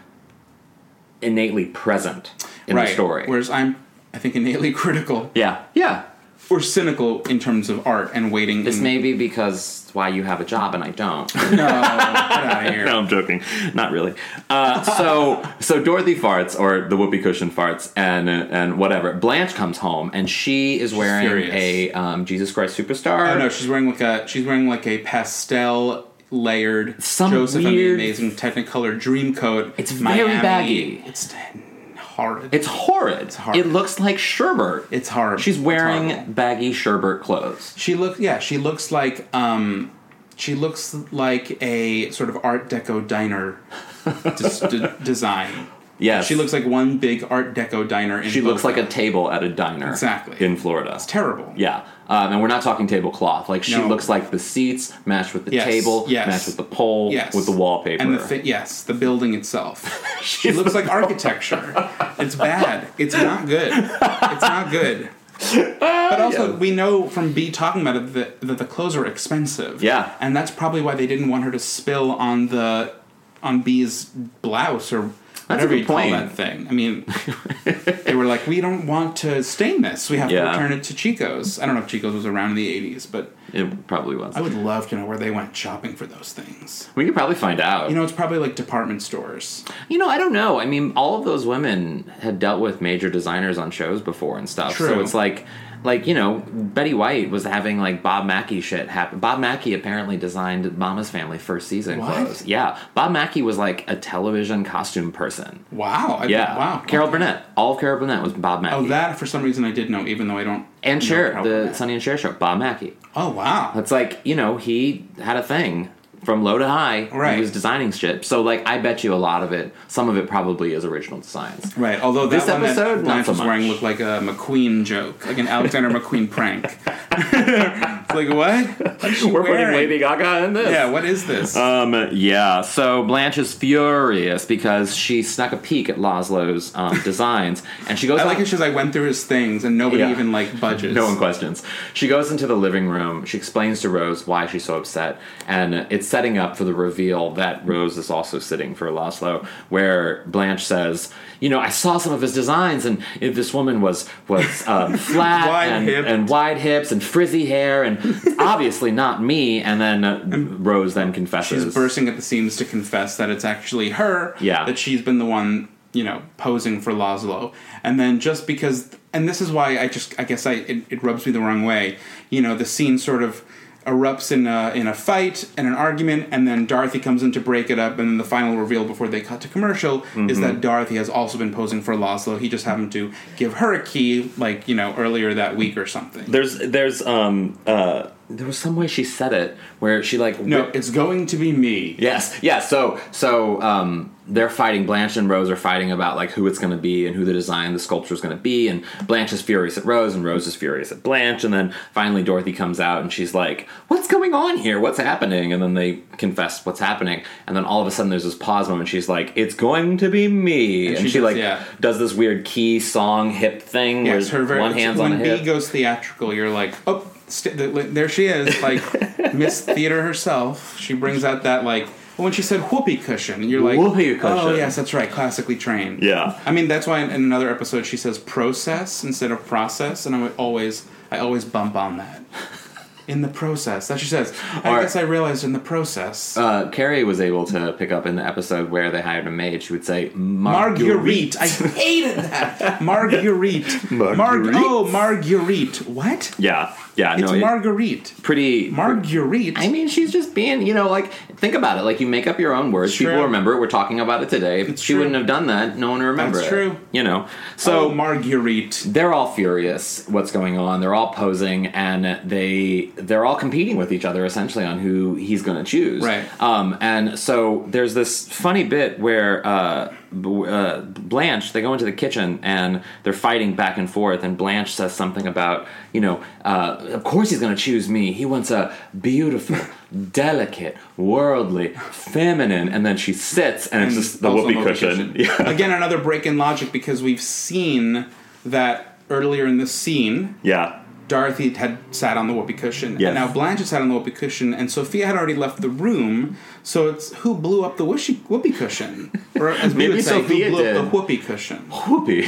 S2: innately present in
S3: right.
S2: the story.
S3: Whereas I'm, I think, innately critical
S2: yeah, yeah.
S3: or cynical in terms of art and waiting.
S2: This
S3: and,
S2: may be because why you have a job and I don't.
S3: no, get out of here.
S2: No, I'm joking. Not really. Uh, so so Dorothy farts or the whoopee cushion farts and and whatever. Blanche comes home and she is wearing
S3: furious.
S2: a um, Jesus Christ superstar.
S3: Oh no, she's wearing like a she's wearing like a pastel layered
S2: Some
S3: Joseph
S2: weird-
S3: and the Amazing Technicolor dream coat.
S2: It's very baggy.
S3: It's horrid.
S2: It's horrid.
S3: horrid.
S2: It looks like sherbet.
S3: It's horrible.
S2: She's
S3: It's
S2: wearing
S3: horrible.
S2: baggy sherbet clothes.
S3: she looks yeah she looks like um she looks like a sort of Art Deco diner dis- d- design.
S2: Yes.
S3: She looks like one big Art Deco diner. In
S2: She looks like
S3: Boca.
S2: a table at a diner.
S3: Exactly.
S2: In Florida. It's
S3: terrible.
S2: Yeah. Um, and we're not talking tablecloth. Like she
S3: No.
S2: looks like the seats matched with the
S3: Yes,
S2: table,
S3: yes.
S2: matched with the pole,
S3: Yes.
S2: with the wallpaper.
S3: And the thi- yes, the building itself. she looks like architecture. it's bad. It's not good. It's not good. But also, we know from B talking about it that, that the clothes are expensive.
S2: Yeah.
S3: and that's probably why they didn't want her to spill on the on B's blouse or whatever
S2: good
S3: you call
S2: point.
S3: that thing. I mean, they were like, we don't want to stain this. We have
S2: Yeah.
S3: to return it to Chico's. I don't know if Chico's was around in the '80s, but
S2: it probably was.
S3: I would love to know where they went shopping for those things.
S2: we could probably find out.
S3: You know, it's probably like department stores.
S2: You know, I don't know. I mean, all of those women had dealt with major designers on shows before and stuff. So
S3: True.
S2: it's like, like you know, Betty White was having like Bob Mackey shit happen. Bob Mackey apparently designed Mama's Family first season
S3: What?
S2: clothes. Yeah, Bob Mackey was like a television costume person.
S3: Wow. I,
S2: yeah,
S3: Wow.
S2: Carol Burnett. All of Carol Burnett was Bob Mackey.
S3: Oh, that for some reason I did know, even though I don't.
S2: and
S3: know
S2: Cher,
S3: Carol
S2: the
S3: Burnett.
S2: Sonny and Cher show, Bob Mackey.
S3: Oh wow.
S2: It's like you know he had a thing from low to high.
S3: Right.
S2: He was designing shit. So like, I bet you a lot of it, some of it probably is original designs.
S3: Right. Although that
S2: This
S3: one
S2: episode, not
S3: that Blanche
S2: so
S3: was wearing
S2: much.
S3: looked like a McQueen joke, like an Alexander McQueen prank. it's like what? What is she
S2: We're putting
S3: wearing?
S2: Lady Gaga in this.
S3: Yeah. What is this?
S2: Um, yeah, so Blanche is furious because she snuck a peek at Laszlo's um, designs, and she goes.
S3: I like
S2: out-
S3: it because I went through his things and nobody
S2: Yeah.
S3: even like budges.
S2: no one questions. She goes into the living room. She explains to Rose why she's so upset, and it's setting up for the reveal that Rose is also sitting for Laszlo, where Blanche says, "You know, I saw some of his designs, and if this woman was was um, flat
S3: Wide
S2: and,
S3: hipped.
S2: and wide hips and frizzy hair, and obviously not me." And then uh, Rose then confesses,
S3: She's bursting at the seams to confess that it's actually her.
S2: Yeah.
S3: That she's been the one, you know, posing for Laszlo. And then just because, and this is why I just, I guess I, it, it rubs me the wrong way. You know, the scene sort of erupts in a, in a fight and an argument, and then Dorothy comes in to break it up, and then the final reveal before they cut to commercial is that Dorothy has also been posing for Laszlo. He just happened to give her a key, like, you know, earlier that week or something.
S2: There's there's um uh there was some way she said it where she like
S3: no,
S2: whipped-
S3: it's going to be me.
S2: yes yeah so so um they're fighting Blanche and Rose are fighting about like who it's going to be and who the design the sculpture is going to be and Blanche is furious at Rose and Rose is furious at Blanche and then finally Dorothy comes out and she's like what's going on here what's happening and then they confess what's happening and then all of a sudden there's this pause moment she's like it's going to be me and,
S3: she
S2: she,
S3: does,
S2: like
S3: yeah.
S2: does this weird key song hip thing
S3: Yes,
S2: where
S3: her very,
S2: one hand's on a
S3: when
S2: hip
S3: B goes theatrical, you're like, oh, st- th- li- there she is, like Miss Theater herself. She brings out that like when she said whoopee cushion, you're like,
S2: Whoopee
S3: Oh
S2: cushion.
S3: yes, that's right, classically trained.
S2: Yeah.
S3: I mean that's why in, in another episode she says process instead of process, and I would always I always bump on that. In the process, that she says. I
S2: Or-
S3: guess I realized in the process.
S2: uh, Carrie was able to pick up in the episode where they hired a maid. She would say
S3: Marguerite.
S2: Marguerite.
S3: I hated that. Marguerite. Marguerite.
S2: Marguerite?
S3: oh, Marguerite. What?
S2: Yeah, yeah,
S3: It's
S2: no, it-
S3: Marguerite.
S2: pretty
S3: Marguerite.
S2: I mean, she's just being, you know, like think about it. Like you make up your own words.
S3: It's
S2: People
S3: true.
S2: remember it. We're talking about it today. If
S3: It's
S2: she
S3: true.
S2: wouldn't have done that, no one would remember
S3: That's
S2: it.
S3: true. Oh,
S2: You know. So
S3: So Marguerite.
S2: they're all furious. What's going on? They're all posing, and they they're all competing with each other essentially on who he's going to choose.
S3: Right.
S2: Um, and so there's this funny bit where uh, B- uh, Blanche they go into the kitchen and they're fighting back and forth, and Blanche says something about you know uh, of course he's going to choose me. He wants a beautiful, delicate, worldly, feminine, and then she sits, and, it's just the
S3: also
S2: whoopee
S3: whoopee
S2: cushion. Yeah.
S3: Again, another break in logic because we've seen that earlier in the scene,
S2: Yeah.
S3: Dorothy had sat on the whoopee cushion.
S2: Yes.
S3: And now Blanche had sat on the whoopee cushion, and Sophia had already left the room. So it's who blew up the whoopee, whoopee cushion? Or as we
S2: Maybe
S3: would say,
S2: Sophia
S3: who blew
S2: did.
S3: up the whoopee cushion?
S2: whoopee.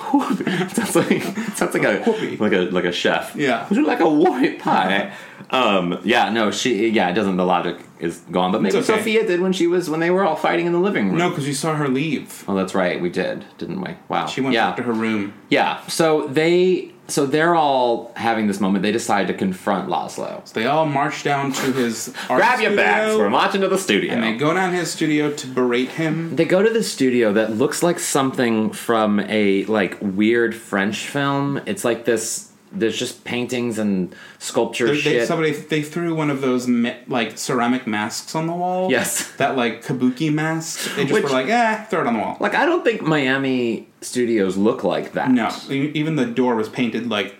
S2: Whoopee. Sounds like sounds like a
S3: Whoopee.
S2: like a like a chef.
S3: Yeah.
S2: Would you like a whoopie pie? um. Yeah. No. She. Yeah. It doesn't. The logic is gone. But maybe
S3: It's okay.
S2: Sophia did when she was when they were all fighting in the living room.
S3: No, because we saw her leave.
S2: Oh, that's right. We did, didn't we? Wow.
S3: She went
S2: yeah.
S3: back to her room.
S2: Yeah. So they. So they're all having this moment. They decide to confront Laszlo.
S3: They all marched down to his art
S2: Grab your bags.
S3: studio,
S2: We're marching to the studio.
S3: And they go down his studio to berate him.
S2: They go to the studio that looks like something from a like weird French film. It's like this there's just paintings and sculpture
S3: They,
S2: shit.
S3: they, somebody they threw one of those ma- like ceramic masks on the wall.
S2: Yes.
S3: that like kabuki mask. They just
S2: Which-
S3: were like, eh, throw it on the wall.
S2: like I don't think Miami studios look like that.
S3: No, e- even the door was painted like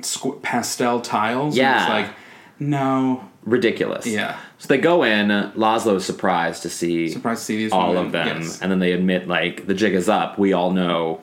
S3: squ- pastel tiles. and
S2: Yeah.
S3: it's like no.
S2: ridiculous.
S3: Yeah.
S2: So they go in. Laszlo is surprised to see
S3: Surprised to see these
S2: all
S3: women,
S2: of them,
S3: yes.
S2: and then they admit like the jig is up. We all know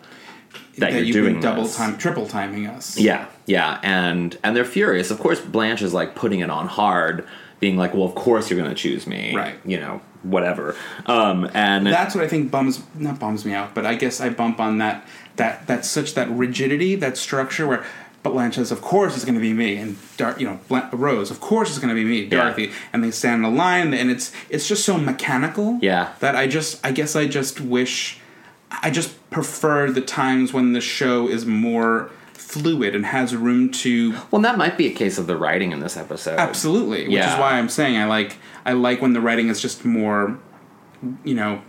S2: that, you're
S3: you've
S2: doing
S3: been double
S2: this.
S3: time, triple timing us.
S2: Yeah, yeah, and and they're furious. Of course, Blanche is like putting it on hard, being like, "Well, of course you're going to choose me,
S3: Right.
S2: You know, whatever." Um, and
S3: that's what I think bums not bums me out, but I guess I bump on that that that such that rigidity, that structure where. But Blanche says, "Of course it's going to be me," and Dar- you know Blan- Rose, "Of course it's going to be me,
S2: Yeah.
S3: Dorothy." And they stand in a line, and it's it's just so mechanical.
S2: Yeah.
S3: that I just I guess I just wish I just prefer the times when the show is more fluid and has room to
S2: well, that might be a case of the writing in this episode.
S3: Absolutely, which
S2: Yeah.
S3: is why I'm saying I like I like when the writing is just more, you know,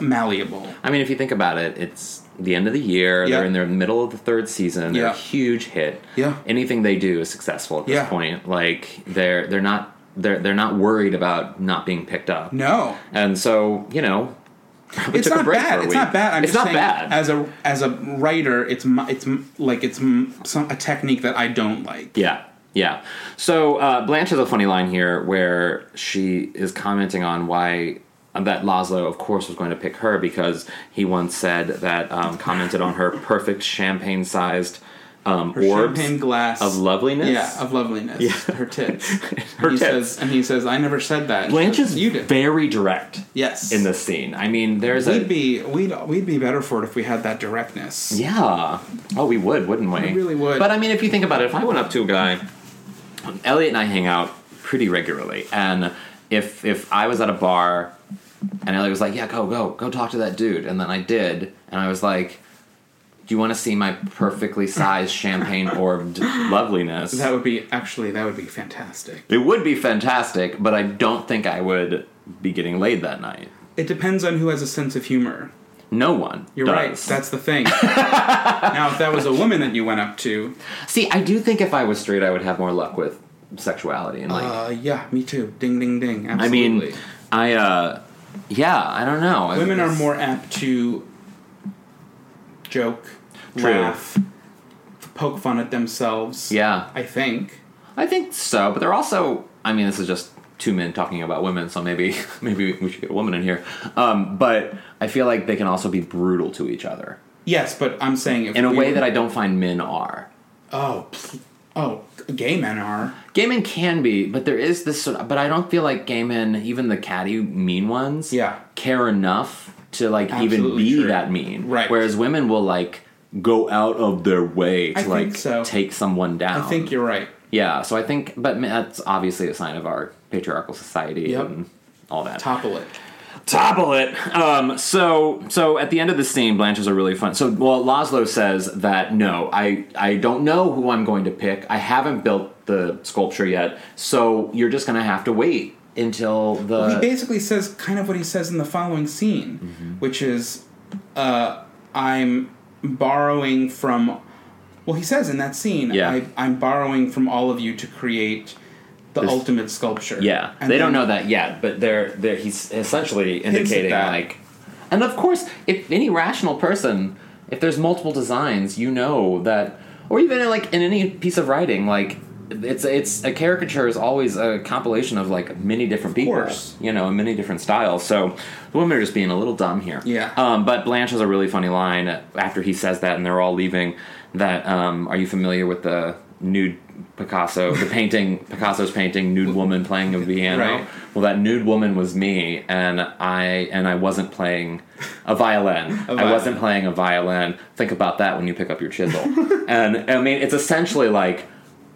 S3: malleable.
S2: I mean, if you think about it, it's the end of the year.
S3: Yeah.
S2: They're in their middle of the third season. They're a
S3: Yeah.
S2: huge hit.
S3: Yeah.
S2: Anything they do is successful at this
S3: Yeah.
S2: point. Like they're they're not they're they're not worried about not being picked up.
S3: No,
S2: And so you know, probably
S3: it's
S2: took a
S3: not
S2: break
S3: bad.
S2: for a
S3: It's
S2: week.
S3: not bad. I'm
S2: it's
S3: just
S2: not
S3: saying,
S2: bad.
S3: as a as a writer, it's my, it's m- like it's m- some, a technique that I don't like.
S2: Yeah, yeah. So uh, Blanche has a funny line here where she is commenting on why uh, that Laszlo, of course, was going to pick her because he once said that um, commented on her perfect champagne-sized um,
S3: Her
S2: orbs
S3: champagne glass
S2: of loveliness.
S3: Yeah, of loveliness. Her tits.
S2: Her
S3: he
S2: tits.
S3: Says, and he says, "I never said that." And she
S2: Blanche
S3: says,
S2: is
S3: you did.
S2: very direct.
S3: Yes.
S2: in this scene. I mean, there's a
S3: We'd be we'd we'd be better for it if we had that directness.
S2: Yeah. Oh, we would, wouldn't we?
S3: We really would.
S2: But I mean, if you think about it, if I went up to a guy, Elliot and I hang out pretty regularly, and if if I was at a bar and Elliot was like, "Yeah, go, go, go, talk to that dude," and then I did, and I was like. Do you want to see my perfectly sized champagne orbed loveliness?
S3: That would be actually that would be fantastic.
S2: it would be fantastic, but I don't think I would be getting laid that night.
S3: It depends on who has a sense of humor.
S2: No one.
S3: You're right.
S2: does.
S3: That's the thing. now, if that was a woman that you went up to,
S2: See, I do think if I was straight, I would have more luck with sexuality and like
S3: uh, yeah, me too. Ding, ding, ding.
S2: I
S3: Absolutely.
S2: mean, I uh, yeah, I don't know. I-
S3: women are
S2: it's-
S3: more apt to joke,
S2: True.
S3: laugh, poke fun at themselves.
S2: Yeah.
S3: I think.
S2: I think so, but they're also. I mean, this is just two men talking about women, so maybe maybe we should get a woman in here. Um, but I feel like they can also be brutal to each other
S3: Yes, but I'm saying if
S2: in a
S3: we
S2: way
S3: were-
S2: that I don't find men are.
S3: oh pl- oh gay men are
S2: Gay men can be, but there is this. Sort of, but I don't feel like gay men, even the catty mean ones,
S3: Yeah.
S2: care enough to like even
S3: Absolutely
S2: be
S3: true.
S2: that mean.
S3: Right.
S2: Whereas women will like go out of their way to
S3: I think
S2: like
S3: so.
S2: take someone down.
S3: I think you're right.
S2: Yeah, so I think, but ma- that's obviously a sign of our patriarchal society
S3: Yep.
S2: and all that.
S3: Topple it.
S2: Topple it. Um, so, so at the end of the scene, Blanche is a really fun. So, well, Laszlo says that no, I, I don't know who I'm going to pick. I haven't built the sculpture yet, so you're just gonna have to wait until the.
S3: he basically says kind of what he says in the following scene,
S2: Mm-hmm.
S3: which is, uh, I'm borrowing from. Well, he says in that scene,
S2: Yeah.
S3: I, I'm borrowing from all of you to create the
S2: This-
S3: ultimate sculpture.
S2: Yeah,
S3: And
S2: they don't
S3: then-
S2: know that yet, but they're, they're he's essentially
S3: at
S2: indicating
S3: that.
S2: like, and of course, if any rational person, if there's multiple designs, you know that, or even like in any piece of writing, like it's it's a caricature is always a compilation of like many different people,
S3: course.
S2: you know, and many different styles. So the women are just being a little dumb here.
S3: Yeah.
S2: Um, but Blanche has a really funny line after he says that, and they're all leaving. That um, are you familiar with the nude Picasso, the painting Picasso's painting, nude woman playing a piano?
S3: Right.
S2: Well, that nude woman was me, and I and I wasn't playing a violin. I
S3: violin.
S2: wasn't playing a violin. Think about that when you pick up your chisel. and I mean, it's essentially like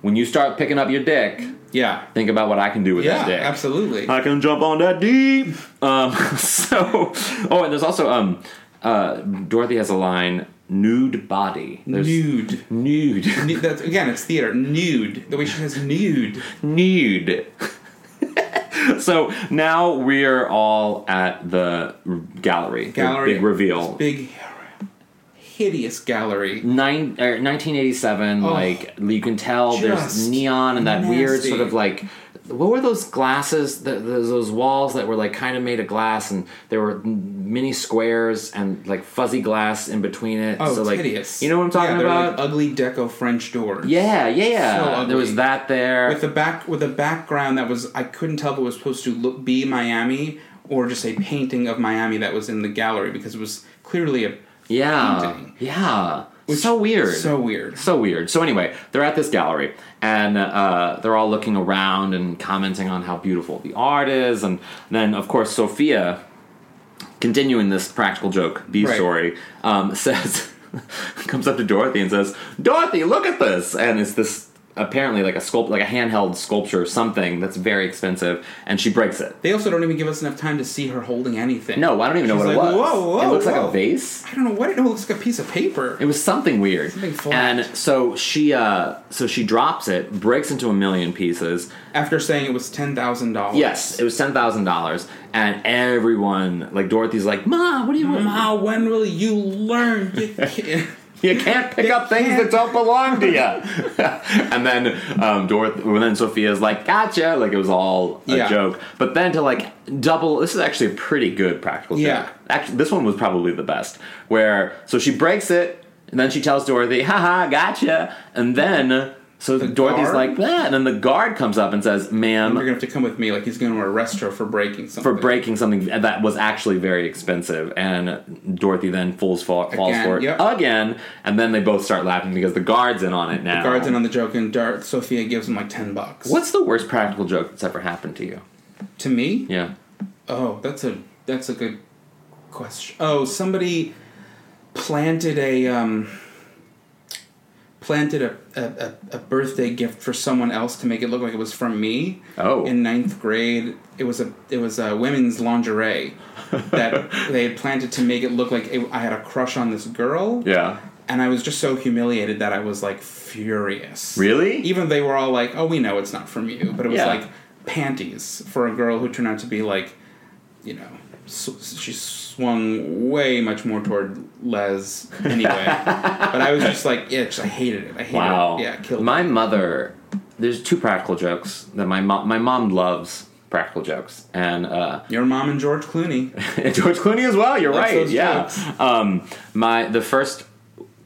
S2: when you start picking up your dick,
S3: Yeah.
S2: think about what I can do with
S3: Yeah,
S2: that dick.
S3: absolutely.
S2: I can jump on that deep. Um, so, oh, and there's also um, uh, Dorothy has a line: nude body. There's
S3: Nude.
S2: nude,
S3: Nu- That's, again, it's theater. Nude. The way she says nude.
S2: nude. so now we're all at the gallery. The
S3: Gallery.
S2: big reveal.
S3: Big hideous gallery.
S2: Nine or 1987,
S3: Oh.
S2: like you can tell there's
S3: Just
S2: neon and that weird sort of
S3: nasty.
S2: like what were those glasses? The, those, those walls that were like kind of made of glass, and there were mini squares and like fuzzy glass in between it.
S3: Oh,
S2: so
S3: it's
S2: like
S3: hideous.
S2: you know what I'm talking
S3: Yeah, they're
S2: about?
S3: Like ugly deco French doors.
S2: yeah, yeah,
S3: So
S2: yeah.
S3: ugly.
S2: there was that there.
S3: with the back with a background that was I couldn't tell if it was supposed to look be Miami or just a painting of Miami that was in the gallery because it was clearly a
S2: Yeah.
S3: painting.
S2: Yeah.
S3: Which-
S2: so weird.
S3: so weird.
S2: So weird. So anyway, they're at this gallery and uh, they're all looking around and commenting on how beautiful the art is. And then, of course, Sophia, continuing this practical joke B
S3: Right.
S2: story, um, says, comes up to Dorothy and says, "Dorothy, look at this!" And it's this apparently like a sculpt, like a handheld sculpture, or something that's very expensive, and she breaks it.
S3: They also don't even give us enough time to see her holding anything.
S2: No, I don't even know
S3: She's
S2: what
S3: like,
S2: it was.
S3: Whoa, whoa,
S2: it looks like
S3: whoa."
S2: a vase.
S3: I don't know what it, it looks like a piece of paper.
S2: It was something weird.
S3: Something flat.
S2: And so she uh so she drops it, breaks into a million pieces.
S3: After saying it was ten thousand dollars.
S2: Yes, it was ten thousand dollars, and everyone like Dorothy's like, Ma, what do you
S3: Ma, when will you learn? You can't-
S2: You can't pick up things that don't belong to you. and then um, Dorothy, and then Sophia's like, "Gotcha!" Like it was all a
S3: Yeah.
S2: joke. But then to like double, this is actually a pretty good practical
S3: Yeah.
S2: joke. Actually, this one was probably the best. Where so she breaks it, and then she tells Dorothy, "Haha, gotcha!" And then so Dorothy's
S3: guard? Oh
S2: like, "Yeah," and then the guard comes up and says, "Ma'am."
S3: You're gonna have to come with me. Like he's gonna arrest her for breaking something.
S2: for breaking something that was actually very expensive. And Dorothy then falls for, falls
S3: Again,
S2: for it
S3: yep.
S2: again, and then they both start laughing because the guard's in on it now.
S3: Guards in on the joke, and Darth Sophia gives him like ten bucks.
S2: What's the worst practical joke that's ever happened to you?
S3: to me?
S2: Yeah.
S3: Oh, that's a that's a good question. Oh, somebody planted a um, planted a, a, a, a birthday gift for someone else to make it look like it was from me.
S2: Oh.
S3: in ninth grade, it was a it was a women's lingerie that they had planted to make it look like it, I had a crush on this girl.
S2: Yeah.
S3: And I was just so humiliated that I was like furious.
S2: Really?
S3: Even they were all like, "Oh, we know it's not from you," but it was
S2: Yeah.
S3: like panties for a girl who turned out to be like, you know, s she swung way much more toward les anyway. but I was just like, yeah, just, I hated it. I hated
S2: Wow.
S3: it. Yeah, it killed
S2: My
S3: me.
S2: mother. There's two practical jokes that my mom. My mom loves practical jokes, and uh,
S3: Your mom and George Clooney.
S2: and George Clooney as well. You're
S3: Loves
S2: right.
S3: those
S2: Yeah.
S3: jokes.
S2: Um, my the first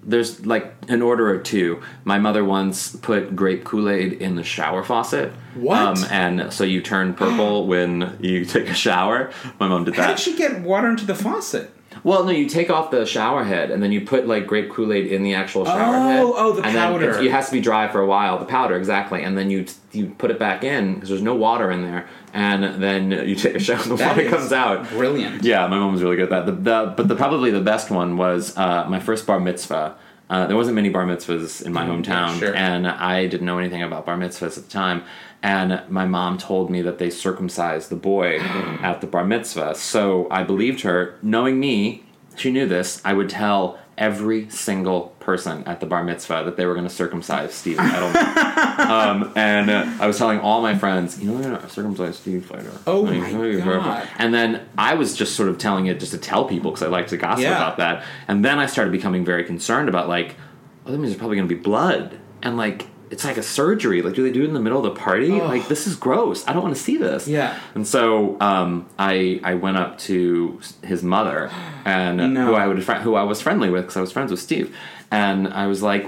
S2: there's like an order or two. My mother once put grape Kool Aid in the shower faucet. Um,
S3: What?
S2: and so you turn purple when you take a shower. My mom did that.
S3: How did she get water into the faucet?
S2: Well, no, you take off the shower head and then you put like grape Kool Aid in the actual shower
S3: Oh,
S2: head.
S3: oh, the
S2: and then
S3: powder.
S2: it's- it has to be dry for a while. The powder, exactly. And then you you put it back in because there's no water in there. And then you take a shower. and The
S3: That
S2: water
S3: is
S2: comes out.
S3: brilliant.
S2: Yeah, my mom was really good at that. The, the, but the probably the best one was uh, my first bar mitzvah. Uh, there wasn't many bar mitzvahs in my hometown,
S3: Mm, sure.
S2: and I didn't know anything about bar mitzvahs at the time. And my mom told me that they circumcised the boy at the bar mitzvah. So I believed her. Knowing me, she knew this. I would tell every single person at the bar mitzvah that they were going to circumcise Steven Edelman. um, and uh, I was telling all my friends, you know, they're going to circumcise Steve Fighter.
S3: Oh
S2: Like,
S3: my
S2: you're horrible."
S3: God.
S2: And then I was just sort of telling it just to tell people because I like to gossip
S3: Yeah.
S2: about that. And then I started becoming very concerned about like, oh, that means there's probably going to be blood. And like, it's like a surgery. Like, do they do it in the middle of the party? Like, this is gross. I don't want to see this.
S3: Yeah.
S2: And so um, I I went up to his mother and
S3: No.
S2: who I would fri- who I was friendly with because I was friends with Steve, and I was like,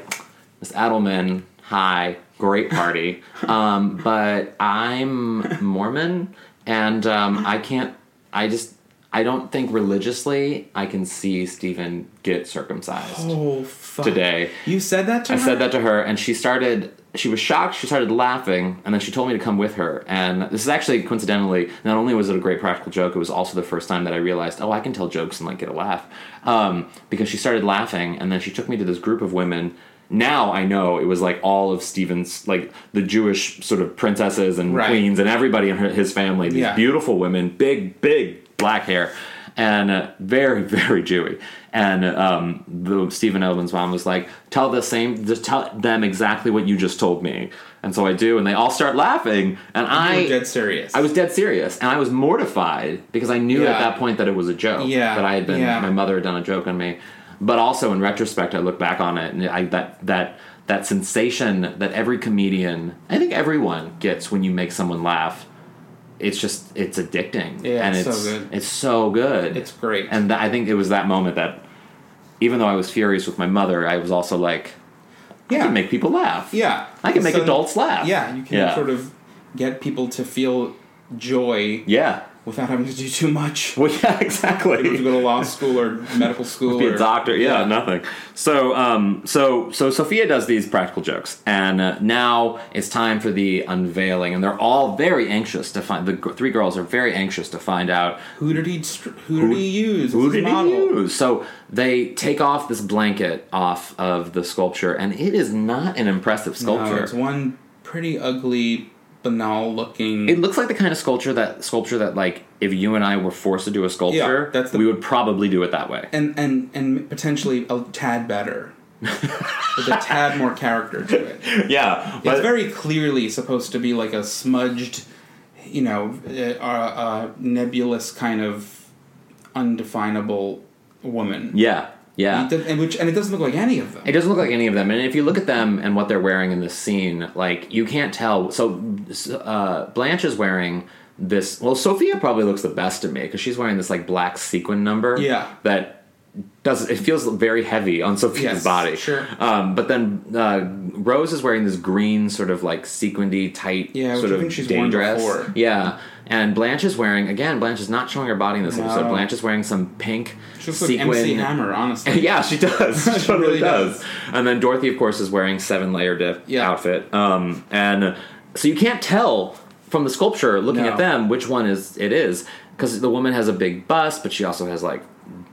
S2: Miss Adelman, hi, great party, um, but I'm Mormon and um, I can't. I just I don't think religiously I can see Stephen get circumcised
S3: Oh fuck.
S2: today.
S3: You said that to
S2: I
S3: her?
S2: said that to her, and she started. She was shocked. She started laughing, and then she told me to come with her. And this is actually coincidentally, not only was it a great practical joke, it was also the first time that I realized, oh, I can tell jokes and like get a laugh, um, because she started laughing, and then she took me to this group of women. Now I know it was like all of Stephen's, like the Jewish sort of princesses and
S3: Right.
S2: queens and everybody in her, his family. These
S3: Yeah.
S2: beautiful women, big, big black hair, and uh, very, very Jewy. And um, the Stephen Edelman's mom was like, "Tell the same, just tell them exactly what you just told me." And so I do, and they all start laughing, and
S3: You
S2: I
S3: were dead serious.
S2: I was dead serious, and I was mortified because I knew
S3: Yeah.
S2: at that point that it was a joke.
S3: Yeah,
S2: that I had been
S3: yeah.
S2: my mother had done a joke on me. But also in retrospect, I look back on it and I, that that that sensation that every comedian, I think everyone gets when you make someone laugh. It's just it's addicting.
S3: Yeah,
S2: and
S3: it's so
S2: it's
S3: good.
S2: it's so good.
S3: It's great.
S2: And tha- I think it was that moment that, even though I was furious with my mother, I was also like, I
S3: Yeah.
S2: can make people laugh.
S3: Yeah,
S2: I can make
S3: So-
S2: adults laugh.
S3: Yeah, you can sort of get people to feel joy
S2: yeah.
S3: without having to do too much.
S2: Well, yeah, exactly.
S3: People to go to law school or medical school
S2: be
S3: or
S2: a doctor. Yeah, nothing. So, um, so, so Sophia does these practical jokes, and uh, now it's time for the unveiling, and they're all very anxious to find. The g- three girls are very anxious to find out
S3: Who did he? str- Who, did he use?
S2: who
S3: as
S2: did
S3: his model?
S2: he use. So they take off this blanket off of the sculpture, and it is not an impressive sculpture.
S3: No, Uh, it's one pretty ugly, banal looking.
S2: it looks like the kind of sculpture that sculpture that like if you and I were forced to do a sculpture,
S3: that's the-
S2: we would probably do it that way.
S3: and and and potentially a tad better, with a tad more character to it.
S2: yeah,
S3: It's very clearly supposed to be like a smudged, you know, uh, uh, nebulous kind of undefinable woman.
S2: yeah, yeah.
S3: It does- and which and it doesn't look like any of them.
S2: It doesn't look like any of them. And if you look at them and what they're wearing in this scene, like you can't tell. So uh, Blanche is wearing this. Well, Sophia probably looks the best to me because she's wearing this like black sequin number.
S3: Yeah.
S2: That does it feels very heavy on Sophia's
S3: Yes,
S2: body.
S3: sure.
S2: Um, but then uh, Rose is wearing this green sort of like sequined tight
S3: Yeah, which
S2: sort
S3: I
S2: of
S3: think she's
S2: day
S3: worn
S2: dress.
S3: before.
S2: Yeah. And Blanche is wearing again. Blanche is not showing her body in this episode.
S3: No.
S2: Blanche is wering some pink
S3: She looks
S2: sequin.
S3: like MC Hammer, honestly.
S2: Yeah, she does. She,
S3: She
S2: totally
S3: really
S2: does.
S3: does.
S2: And then Dorothy, of course, is wearing seven layer dip
S3: Yeah.
S2: outfit. Um, and so you can't tell from the sculpture looking
S3: No.
S2: at them which one is it is because the woman has a big bust, but she also has like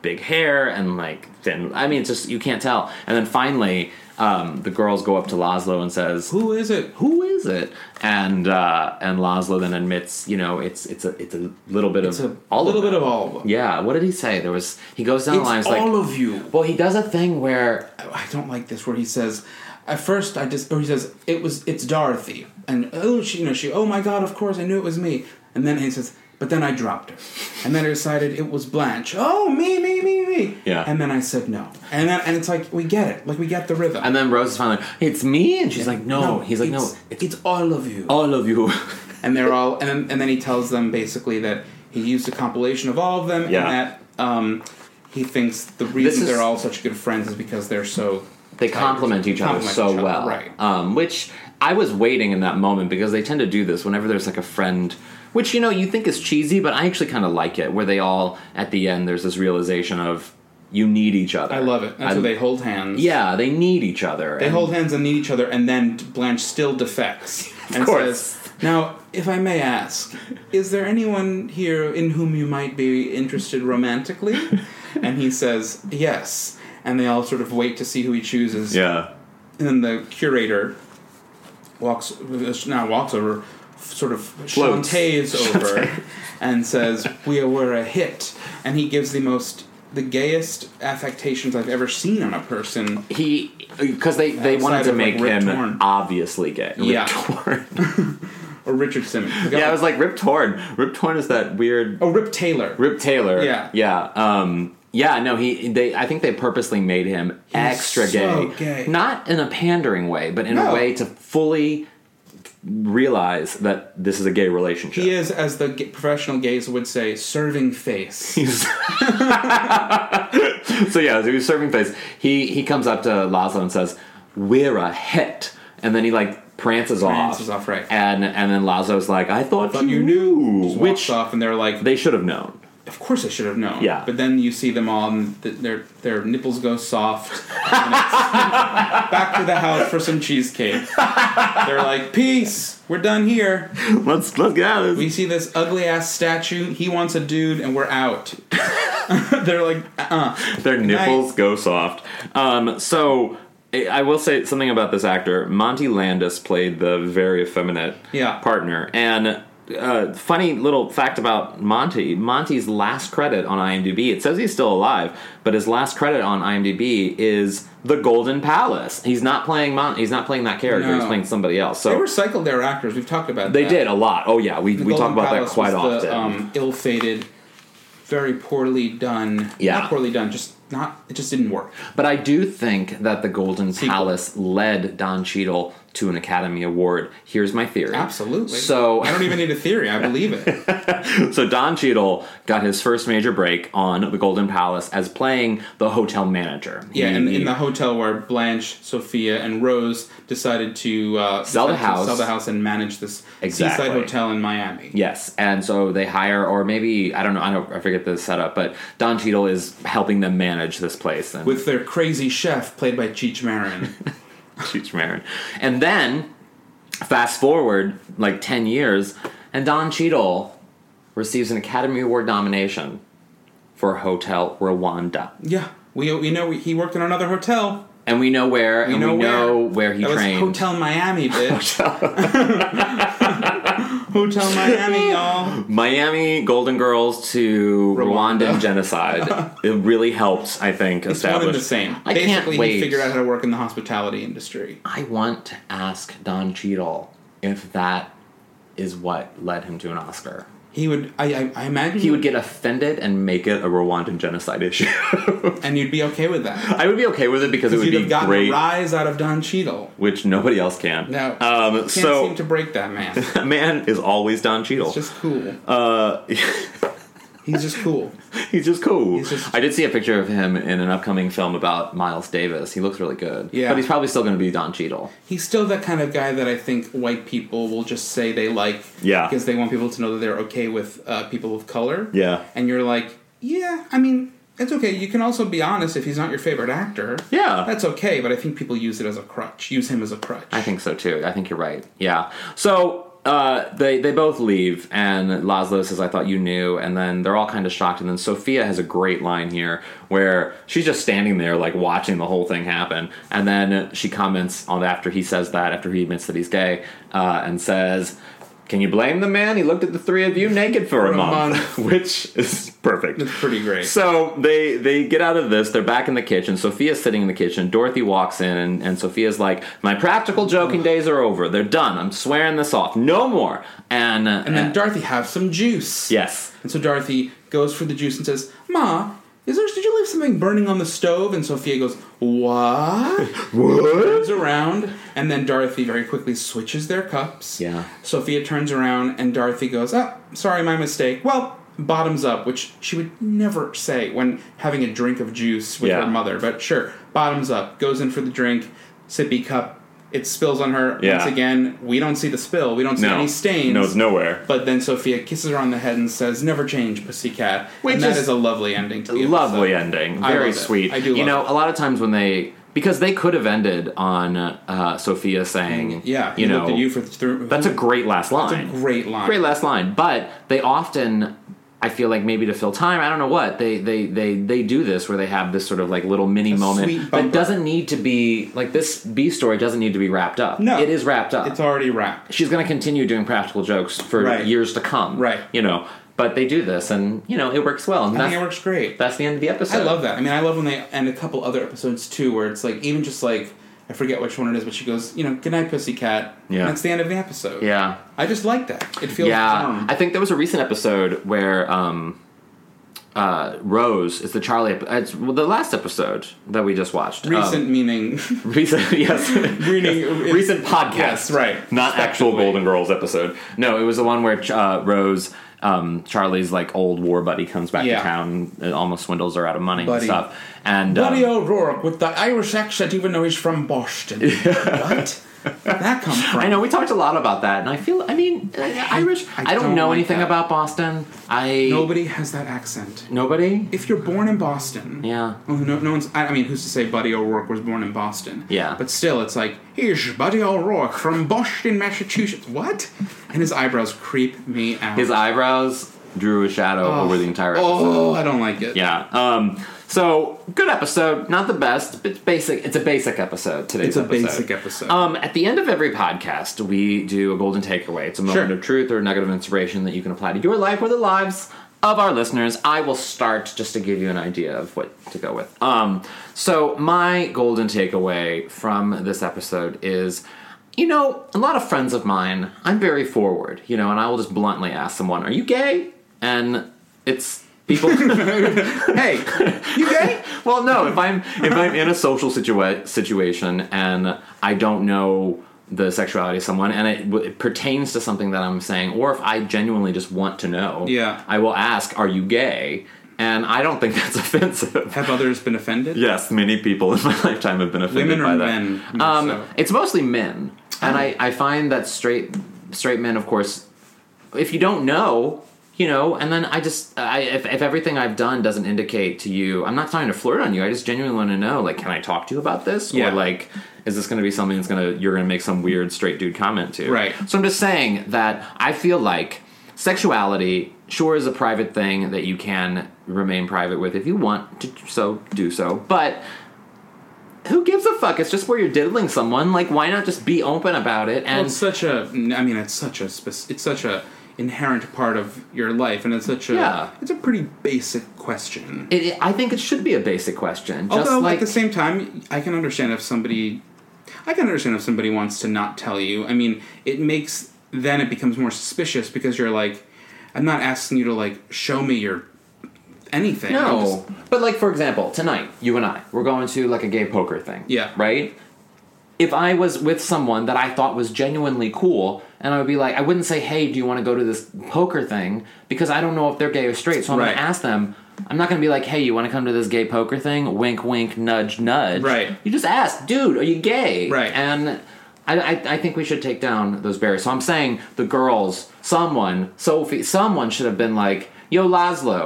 S2: big hair and like thin. I mean, it's just you can't tell. And then finally, um, the girls go up to Laszlo and says,
S3: Who is it?
S2: who is it? And uh, and Laszlo then admits, you know, it's it's a it's a little bit
S3: It's
S2: of
S3: a
S2: all
S3: little
S2: of
S3: bit
S2: them.
S3: of all of them.
S2: Yeah, what did he say? There was he goes down
S3: It's
S2: the line. he's
S3: all
S2: like,
S3: of you.
S2: Well, he does a thing where
S3: I don't like this where he says at first I just or he says it was it's Dorothy and oh she you know she oh my god of course I knew it was me and then he says but then I dropped her and then I decided it was Blanche oh me me me me
S2: Yeah.
S3: and then I said no and then and it's like we get it like we get the rhythm
S2: and then Rose is finally, it's me, and she's like, no. He's like,
S3: it's,
S2: no,
S3: it's, all of you
S2: all of you.
S3: and they're all and then, and then he tells them basically that he used a compilation of all of them
S2: Yeah.
S3: and that um he thinks the reason
S2: is-
S3: they're all such good friends is because they're so
S2: they complement each other
S3: Complement
S2: so
S3: each other,
S2: well,
S3: right.
S2: Um, which I was waiting in that moment because they tend to do this whenever there's like a friend. Which you know you think is cheesy, but I actually kind of like it. Where they all at the end, there's this realization of you need each other.
S3: I love it. And so they hold hands.
S2: Yeah, they need each other.
S3: They hold hands and need each other, and then Blanche still defects. Of and
S2: course.
S3: Says, now, if I may ask, is there anyone here in whom you might be interested romantically? and he says, yes. And they all sort of wait to see who he chooses.
S2: Yeah.
S3: And then the curator walks, now walks over, sort of
S2: Floats.
S3: chantees over, and says, we were a hit. And he gives the most, the gayest affectations I've ever seen on a person.
S2: He because they they
S3: Outside
S2: wanted to
S3: of, like,
S2: make
S3: Rip
S2: him
S3: Torn.
S2: obviously gay. Rip
S3: Yeah.
S2: Torn.
S3: Or Richard Simmons. The guy-
S2: yeah, I was like Rip Torn. Rip Torn is that weird
S3: Oh, Rip Taylor.
S2: Rip Taylor.
S3: Yeah.
S2: Yeah. Um, yeah, no, he they I think they purposely made him extra
S3: so
S2: gay.
S3: gay.
S2: Not in a pandering way, but in a
S3: No.
S2: way to fully realize that this is a gay relationship.
S3: He is, as the g- professional gays would say, serving face.
S2: So yeah, as he was serving face, he he comes up to Laszlo and says, "We're a hit," and then he like prances,
S3: Prances
S2: off,
S3: off, right.
S2: And and then Laszlo's like, "I thought,
S3: But you knew. Just Which
S2: which
S3: off, and they're like,
S2: they should have known.
S3: of course I should have known.
S2: Yeah.
S3: But then you see them all, and th- their their nipples go soft. and it's- back to the house for some cheesecake. They're like, peace. We're done here.
S2: Let's let's get out of
S3: We
S2: this."
S3: see this ugly ass statue. He wants a dude, and we're out. They're like, uh. uh
S2: Their nipples go soft. Um, so I I will say something about this actor. Monty Landis played the very effeminate
S3: Yeah.
S2: partner, and. Uh, funny little fact about Monty. Monty's last credit on IMDb, it says he's still alive, but his last credit on IMDb is The Golden Palace. He's not playing Mon- he's not playing that character, he's
S3: No.
S2: playing somebody else.
S3: They
S2: So
S3: recycled their actors. We've talked about
S2: they
S3: that.
S2: did a lot. Oh yeah, we,
S3: The
S2: we talk
S3: Golden
S2: about that
S3: Palace
S2: quite
S3: was
S2: often.
S3: The, um, ill-fated very poorly done.
S2: Yeah.
S3: Not poorly done, just not, it just didn't work.
S2: But I do think that the Golden Palace led Don Cheadle to an Academy Award. Here's my theory.
S3: Absolutely.
S2: So
S3: I don't even need a theory. I believe it.
S2: So Don Cheadle got his first major break on The Golden Palace as playing the hotel manager.
S3: Yeah,
S2: He-
S3: and in the hotel where Blanche, Sophia, and Rose decided to uh,
S2: Sell the
S3: decided to
S2: house.
S3: sell the house, and manage this
S2: Exactly.
S3: seaside hotel in Miami.
S2: Yes, and so they hire, or maybe I don't know, I don't, I forget the setup, but Don Cheadle is helping them manage this place and
S3: With their crazy chef, played by Cheech Marin.
S2: Cheech Marin. And then fast forward like ten years, and Don Cheadle receives an Academy Award nomination for Hotel Rwanda,
S3: yeah, we, we know he worked in another hotel.
S2: and we know where,
S3: We
S2: and
S3: know
S2: we know where, he
S3: that
S2: trained.
S3: was Hotel Miami, bitch. hotel Miami, y'all.
S2: Miami Golden Girls to
S3: Rwanda.
S2: Rwandan genocide. it really helped, I think,
S3: It's one
S2: establish.
S3: and the same.
S2: I
S3: Basically,
S2: can't wait.
S3: he figured out how to work in the hospitality industry.
S2: I want to ask Don Cheadle if that is what led him to an Oscar.
S3: He would, I, I, I imagine,
S2: He would get offended and make it a Rwandan genocide issue.
S3: and you'd be okay with that.
S2: I would be okay with it because it would
S3: you'd
S2: be
S3: have gotten
S2: great,
S3: a rise out of Don Cheadle.
S2: which nobody else can.
S3: No,
S2: Um,
S3: can't
S2: so
S3: seem to break that man. It's
S2: that man is always Don Cheadle.
S3: just cool.
S2: uh,
S3: He's just cool.
S2: he's just cool.
S3: He's just-
S2: I did see a picture of him in an upcoming film about Miles Davis. He looks really good.
S3: Yeah.
S2: But he's probably still going to be Don Cheadle.
S3: He's still that kind of guy that I think white people will just say they like.
S2: Yeah.
S3: Because they want people to know that they're okay with uh, people of color.
S2: Yeah.
S3: And you're like, yeah, I mean, it's okay. You can also be honest if he's not your favorite actor.
S2: Yeah.
S3: That's okay, but I think people use it as a crutch. Use him as a crutch.
S2: I think so too. I think you're right. Yeah. So uh, they they both leave, and Laszlo says, "I thought you knew," and then they're all kind of shocked. And then Sophia has a great line here where she's just standing there, like watching the whole thing happen. And then she comments on after he says that, after he admits that he's gay, uh, and says. Can you blame the man? He looked at the three of you naked for, a,
S3: a
S2: month,
S3: month.
S2: which is perfect.
S3: It's pretty great.
S2: So they they get out of this. They're back in the kitchen. Sophia's sitting in the kitchen. Dorothy walks in, and, and Sophia's like, "My practical joking days are over. They're done. I'm swearing this off. No more." And uh,
S3: and then Dorothy have some juice.
S2: yes,
S3: And so Dorothy goes for the juice and says, "Ma, is there? Did you leave something burning on the stove?" And Sophia goes, "What?" turns around, and then Dorothy very quickly switches their cups.
S2: Yeah.
S3: Sophia turns around, and Dorothy goes, "Ah, sorry, my mistake." Well. Bottoms up, which she would never say when having a drink of juice with
S2: Yeah.
S3: her mother, but sure, bottoms up, goes in for the drink, sippy cup, it spills on her
S2: Yeah.
S3: once again. We don't see the spill, we don't see any stains.
S2: nowhere.
S3: But then Sophia kisses her on the head and says, "Never change, pussycat."
S2: Which
S3: and that
S2: is
S3: is, a lovely ending to the
S2: Lovely
S3: episode.
S2: ending.
S3: I
S2: Very
S3: love it.
S2: sweet.
S3: I do.
S2: You
S3: love
S2: know,
S3: it.
S2: a lot of times when they because they could have ended on uh, Sophia saying,
S3: Mm, yeah.
S2: you
S3: he
S2: know,
S3: looked at you for through.
S2: That's a great last line.
S3: great line.
S2: Great last line. But they often, I feel like maybe to fill time, I don't know what they they they they do this where they have this sort of like little mini moment
S3: sweet
S2: that
S3: bumper.
S2: doesn't need to be like this B story doesn't need to be wrapped up.
S3: No,
S2: it is wrapped up.
S3: It's already wrapped.
S2: She's going to continue doing practical jokes for
S3: Right.
S2: years to come.
S3: Right.
S2: You know, but they do this, and you know it works well. And
S3: I think
S2: that's-
S3: it works great.
S2: That's the end of the episode.
S3: I love that. I mean, I love when they end a couple other episodes too, where it's like even just like I forget which one it is, but she goes, you know, "Good night, pussycat."
S2: Yeah.
S3: And that's the end of the episode.
S2: Yeah.
S3: I just like that. It feels
S2: yeah,
S3: warm.
S2: I think there was a recent episode where um, uh, Rose is the Charlie. ep- It's well, the last episode that we just watched. Um,
S3: Recent meaning.
S2: recent, yes,
S3: Meaning-
S2: recent podcast,
S3: Yes, right.
S2: Not actual
S3: Respectively.
S2: Golden Girls episode. No, it was the one where uh, Rose, um, Charlie's like old war buddy, comes back
S3: Yeah.
S2: to town, and almost swindles her out of money and
S3: Buddy.
S2: stuff. And um,
S3: Buddy oh. O'Rourke with the Irish accent, even though he's from Boston. what? That comes from?
S2: I know we talked a lot about that, and I feel. I mean, uh, Irish. I,
S3: I
S2: don't,
S3: don't
S2: know
S3: like
S2: anything
S3: that.
S2: about Boston. I
S3: Nobody has that accent.
S2: nobody.
S3: If you're born in Boston,
S2: Yeah.
S3: Well, no, no one's. I I mean, who's to say Buddy O'Rourke was born in Boston?
S2: Yeah.
S3: But still, it's like here's Buddy O'Rourke from Boston, Massachusetts. What? And his eyebrows creep me out.
S2: His eyebrows drew a shadow over the entire episode.
S3: Oh, I don't like it.
S2: Yeah. Um, so good episode, not the best, but it's basic. It's a basic episode. Today's
S3: It's a
S2: episode.
S3: basic episode.
S2: Um, at the end of every podcast, we do a golden takeaway. It's a moment
S3: Sure.
S2: of truth or a nugget of inspiration that you can apply to your life or the lives of our listeners. I will start just to give you an idea of what to go with. Um, so my golden takeaway from this episode is. You know, a lot of friends of mine, I'm very forward, you know, and I will just bluntly ask someone, Are you gay? And it's People,
S3: hey, you gay?
S2: well, no. If I'm if I'm in a social situa- situation and I don't know the sexuality of someone and it, w- it pertains to something that I'm saying, or if I genuinely just want to know,
S3: Yeah.
S2: I will ask, "Are you gay?" And I don't think that's offensive.
S3: Have others been offended?
S2: Yes, many people in my lifetime have been offended
S3: Women or
S2: by that.
S3: men, more
S2: Um,
S3: so?
S2: It's mostly men, and I, I find that straight straight men, of course, if you don't know, you know, and then I just I, if if everything I've done doesn't indicate to you, I'm not trying to flirt on you. I just genuinely want to know, like, can I talk to you about this,
S3: Yeah.
S2: or like, is this going to be something that's gonna you're gonna make some weird straight dude comment to?
S3: Right.
S2: So I'm just saying that I feel like sexuality sure is a private thing that you can remain private with if you want to so do so but who gives a fuck it's just where you're diddling someone like why not just be open about it
S3: Well,
S2: and
S3: it's such a. I mean, it's such a. spec- It's such a inherent part of your life, and it's such a.
S2: Yeah.
S3: It's a pretty basic question.
S2: it, it- i think it should be a basic question just
S3: Although
S2: like
S3: at the same time, I can understand if somebody, I can understand if somebody wants to not tell you. I mean, it makes then it becomes more suspicious because you're like, I'm not asking you to like show me your anything. I'm
S2: No, but like for example, tonight you and I we're going to like a gay poker thing.
S3: Yeah.
S2: Right. If I was with someone that I thought was genuinely cool, and I would be like, I wouldn't say, "Hey, do you want to go to this poker thing?" Because I don't know if they're gay or straight, so I'm
S3: Right.
S2: going to ask them. I'm not going to be like, "Hey, you want to come to this gay poker thing?" Wink, wink, nudge, nudge.
S3: Right.
S2: You just ask, dude, are you gay?
S3: Right.
S2: And I, I, I think we should take down those barriers. So I'm saying the girls, someone, Sophie, someone should have been like, "Yo, Laszlo,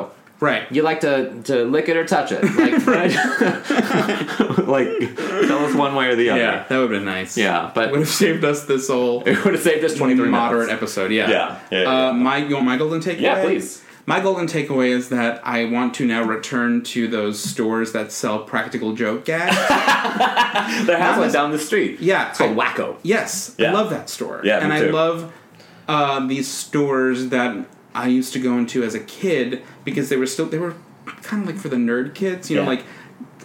S3: Right.
S2: you like to, to lick it or touch it. Like, like tell us one way or the other.
S3: yeah, that would have been nice.
S2: Yeah, but-
S3: would have saved us this whole
S2: It would have saved us 23
S3: moderate
S2: minutes.
S3: episode. Yeah,
S2: Yeah, yeah, yeah.
S3: Uh, my you want my golden takeaway?
S2: Yeah, please.
S3: My golden takeaway is that I want to now return to those stores that sell practical joke gags.
S2: There has one down the street.
S3: Yeah,
S2: It's called
S3: I-
S2: Wacko.
S3: yes, I
S2: Yeah.
S3: love that store.
S2: Yeah, me
S3: and I
S2: too.
S3: love uh, these stores that I used to go into as a kid because they were still they were kind of like for the nerd kids, you know,
S2: Yeah.
S3: like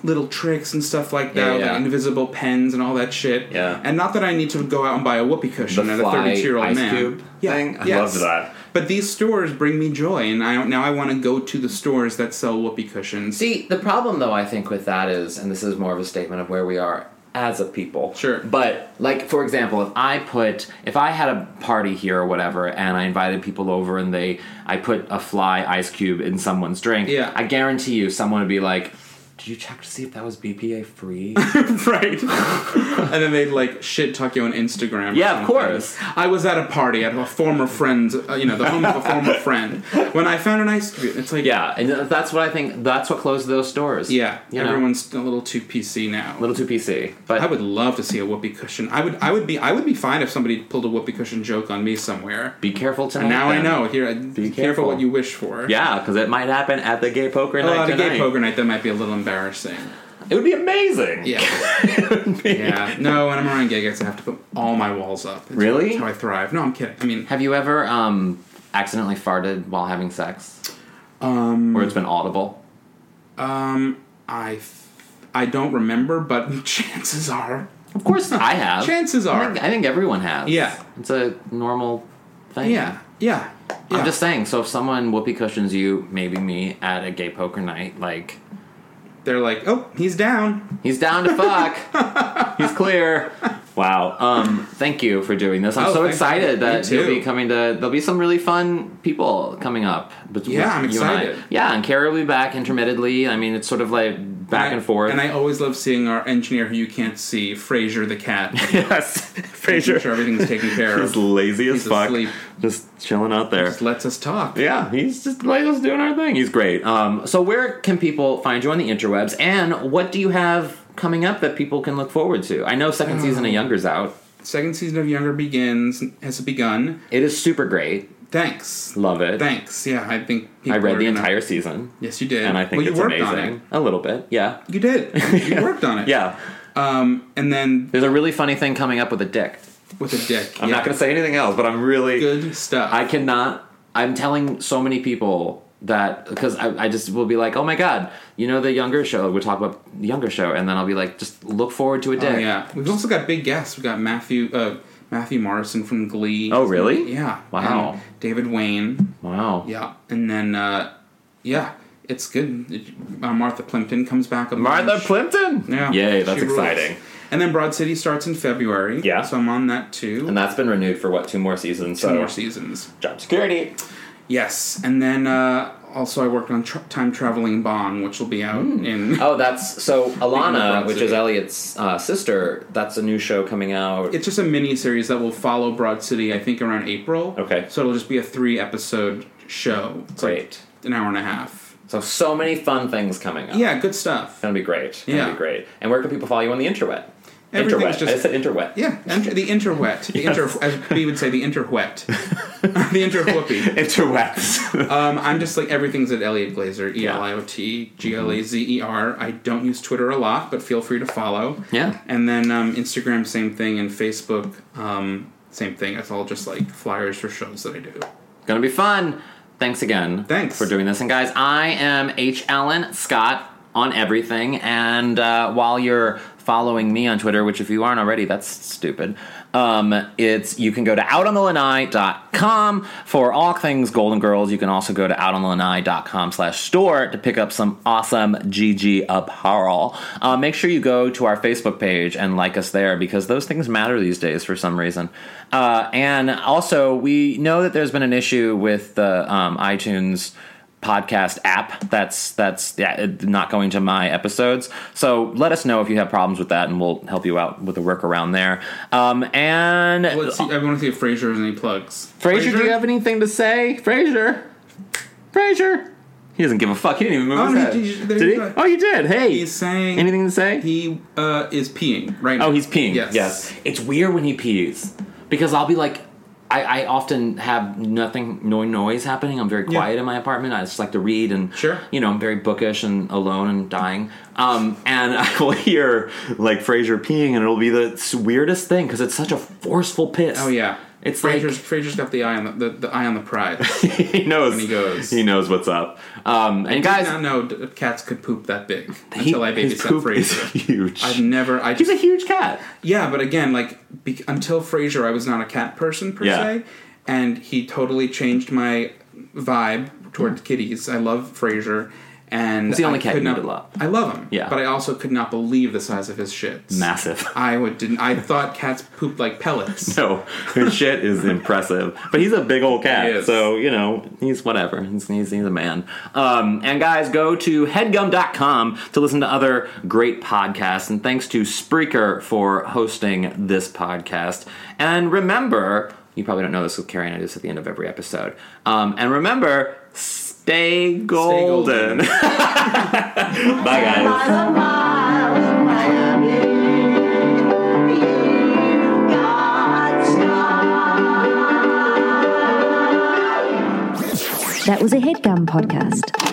S3: little tricks and stuff like that,
S2: Yeah,
S3: like
S2: yeah.
S3: invisible pens and all that shit.
S2: Yeah.
S3: And not that I need to go out and buy a whoopee cushion
S2: The
S3: at a
S2: fly
S3: thirty-two-year-old
S2: ice
S3: man.
S2: cube thing? I
S3: yes.
S2: loved that.
S3: But these stores bring me joy, and I now I want to go to the stores that sell whoopee cushions.
S2: See, the problem though, I think, with that is, and this is more of a statement of where we are as a people.
S3: Sure.
S2: But, like, for example, if I put, if I had a party here or whatever, and I invited people over and they, I put a fly ice cube in someone's drink,
S3: Yeah.
S2: I guarantee you someone would be like, did you check to see if that was BPA free?
S3: right? and then they'd like shit talk you on Instagram. or
S2: Yeah, of
S3: something.
S2: course.
S3: I was at a party at a former friend's, uh, you know, the home of a former friend. When I found an ice cube, it's like
S2: Yeah, and that's what I think. That's what closed those stores.
S3: yeah.
S2: You know?
S3: everyone's a little too PC now.
S2: little too PC. But
S3: I would love to see a whoopee cushion. I would, I would be, I would be fine if somebody pulled a whoopee cushion joke on me somewhere.
S2: be careful tonight.
S3: And now I
S2: then.
S3: know. Here, be careful
S2: careful.
S3: what you wish for.
S2: Yeah, because it might happen at the gay poker
S3: Well,
S2: night
S3: Oh, at a
S2: tonight.
S3: gay poker night, that might be a little embarrassing.
S2: It would be amazing.
S3: Yeah. yeah. No, when I'm around gay guys, I have to put all my walls up. It's
S2: Really?
S3: How I thrive. No, I'm kidding. I mean,
S2: Have you ever um, accidentally farted while having sex? Um, or it's been audible.
S3: I, f- I don't remember, but chances are,
S2: Of course, I have.
S3: chances
S2: I
S3: are,
S2: think, I think everyone has.
S3: Yeah.
S2: it's a normal thing.
S3: yeah, yeah, yeah.
S2: I'm just saying. So if someone whoopee cushions you, maybe me, at a gay poker night, like
S3: They're like, oh, he's down.
S2: He's down to fuck. He's clear. Wow. Um, thank you for doing this. I'm
S3: Oh,
S2: so
S3: thank you.
S2: excited that
S3: Me
S2: you'll
S3: too.
S2: be coming to. There'll be some really fun people coming up. bet-
S3: Yeah, I'm
S2: you and I.
S3: excited.
S2: Yeah, and Carrie will be back intermittently. I mean, it's sort of like back and,
S3: I-
S2: forth.
S3: And I always love seeing our engineer who you can't see, Fraser the cat.
S2: yes,
S3: Making sure everything's taken care of.
S2: He's lazy as
S3: He's
S2: fuck.
S3: asleep.
S2: Just chilling out there.
S3: Just lets us talk.
S2: Yeah, he's just like us doing our thing. He's great. Um, so where can people find you on the interwebs? And what do you have coming up that people can look forward to? I know
S3: Uh,
S2: second season of Younger's out.
S3: Second season of Younger begins has begun.
S2: It is super great.
S3: Thanks.
S2: Love it.
S3: Thanks. Yeah, I think people
S2: I read
S3: are
S2: the
S3: gonna-
S2: entire season.
S3: Yes, you did.
S2: And I think
S3: well, you
S2: it's
S3: worked
S2: amazing.
S3: on it.
S2: A little bit, yeah.
S3: You did. You worked on it.
S2: Yeah.
S3: Um, and then
S2: There's a really funny thing coming up with a dick.
S3: with a dick.
S2: I'm not going to say anything else, but I'm really.
S3: Good stuff.
S2: I cannot. I'm telling so many people that because I, I just will be like, oh my god, you know the younger show. We talk about the younger show, and then I'll be like, just look forward to a dick.
S3: Oh, yeah. We've also got big guests. We've got Matthew uh, Matthew Morrison from Glee.
S2: Oh, really?
S3: Yeah.
S2: Wow.
S3: And David Wayne.
S2: Wow.
S3: Yeah. And then uh, yeah. It's good. It, uh, Martha Plimpton comes back. A
S2: Martha
S3: bunch.
S2: Plimpton?
S3: Yeah.
S2: Yay, that's
S3: She rules.
S2: exciting.
S3: And then Broad City starts in February.
S2: Yeah.
S3: So I'm on that too.
S2: And that's been renewed for what, two more seasons?
S3: Two
S2: so.
S3: more seasons.
S2: Job security.
S3: Yes. And then uh, also I worked on tra- Time Traveling Bong, which will be out in.
S2: Oh, that's so Alana,
S3: Brad
S2: which
S3: City.
S2: is Elliot's uh, sister. That's a new show coming out.
S3: It's just a mini series that will follow Broad City, I think, around April.
S2: Okay.
S3: So it'll just be a three episode show. It's like
S2: Great.
S3: an hour and a half.
S2: so so many fun things coming up.
S3: Yeah, good stuff.
S2: It's gonna be great. It's gonna
S3: Yeah.
S2: be great. And where can people follow you on the interweb?
S3: Everything's
S2: Interweb.
S3: just-
S2: I said interweb.
S3: Yeah, and the interwet. The inter, as we would say, the interwet. the interwhoopie.
S2: Interwebs.
S3: Um, I'm just like everything's at Elliot Glazer, E L I O T G L A Z E R. I don't use Twitter a lot, but feel free to follow.
S2: Yeah.
S3: And then um, Instagram, same thing, and Facebook, um, same thing. It's all just like flyers for shows that I do.
S2: gonna be fun. Thanks again.
S3: Thanks.
S2: for doing this. And guys, I am H. Allen Scott on everything. And uh, while you're following me on Twitter, which if you aren't already, that's stupid. Um, it's you can go to outonthelanai.com for all things Golden Girls. You can also go to outonthelanai.com slash store to pick up some awesome GG apparel. Uh, make sure you go to our Facebook page and like us there because those things matter these days for some reason. Uh, and also, we know that there's been an issue with the um, iTunes podcast app that's that's yeah, it- not going to my episodes so let us know if you have problems with that and we'll help you out with a workaround there um and
S3: Let's see, I want to see if Fraser has any plugs.
S2: Fraser, do you have anything to say Fraser Fraser he doesn't give a fuck he didn't even move
S3: Oh,
S2: his
S3: he
S2: head
S3: did- there
S2: Did
S3: you
S2: he?
S3: go.
S2: oh you did hey
S3: He's saying
S2: anything to say
S3: He uh, is peeing right now.
S2: Oh, he's peeing.
S3: Yes.
S2: Yes. It's weird when he pees because I'll be like, I, I often have nothing, no noise happening. I'm very
S3: Yeah.
S2: quiet in my apartment. I just like to read and,
S3: Sure.
S2: you know, I'm very bookish and alone and dying. Um, and I will hear like Fraser peeing, and it'll be the s- weirdest thing because it's such a forceful piss.
S3: Oh yeah.
S2: It's
S3: Fraser's
S2: like
S3: Fraser's got the eye on the, the, the eye on the prize.
S2: he knows.
S3: he goes.
S2: He knows what's up. Um, and
S3: I
S2: guys,
S3: did not know d- cats could poop that big
S2: he-
S3: until I
S2: his
S3: babysat
S2: poop is
S3: Fraser.
S2: huge.
S3: I've never. I
S2: He's
S3: just,
S2: a huge cat.
S3: yeah, but again, like be, until Fraser, I was not a cat person per
S2: Yeah.
S3: se, and he totally changed my vibe toward kitties. I love Fraser, and
S2: Hmm. He's the only
S3: I
S2: cat
S3: could
S2: you
S3: not,
S2: would love.
S3: I love him.
S2: Yeah.
S3: but I also could not believe the size of his shits.
S2: Massive.
S3: I would didn't. I thought cats pooped like pellets.
S2: So his shit is impressive, but he's a big old
S3: He
S2: cat.
S3: is.
S2: So you know he's whatever. He's he's, he's a man. Um, and guys, go to headgum.com to listen to other great podcasts. And thanks to Spreaker for hosting this podcast. And remember, you probably don't know this with Carrie and I do this at the end of every episode. Um, and remember, stay golden.
S3: golden.
S2: Bye guys.
S4: That was a headgum podcast.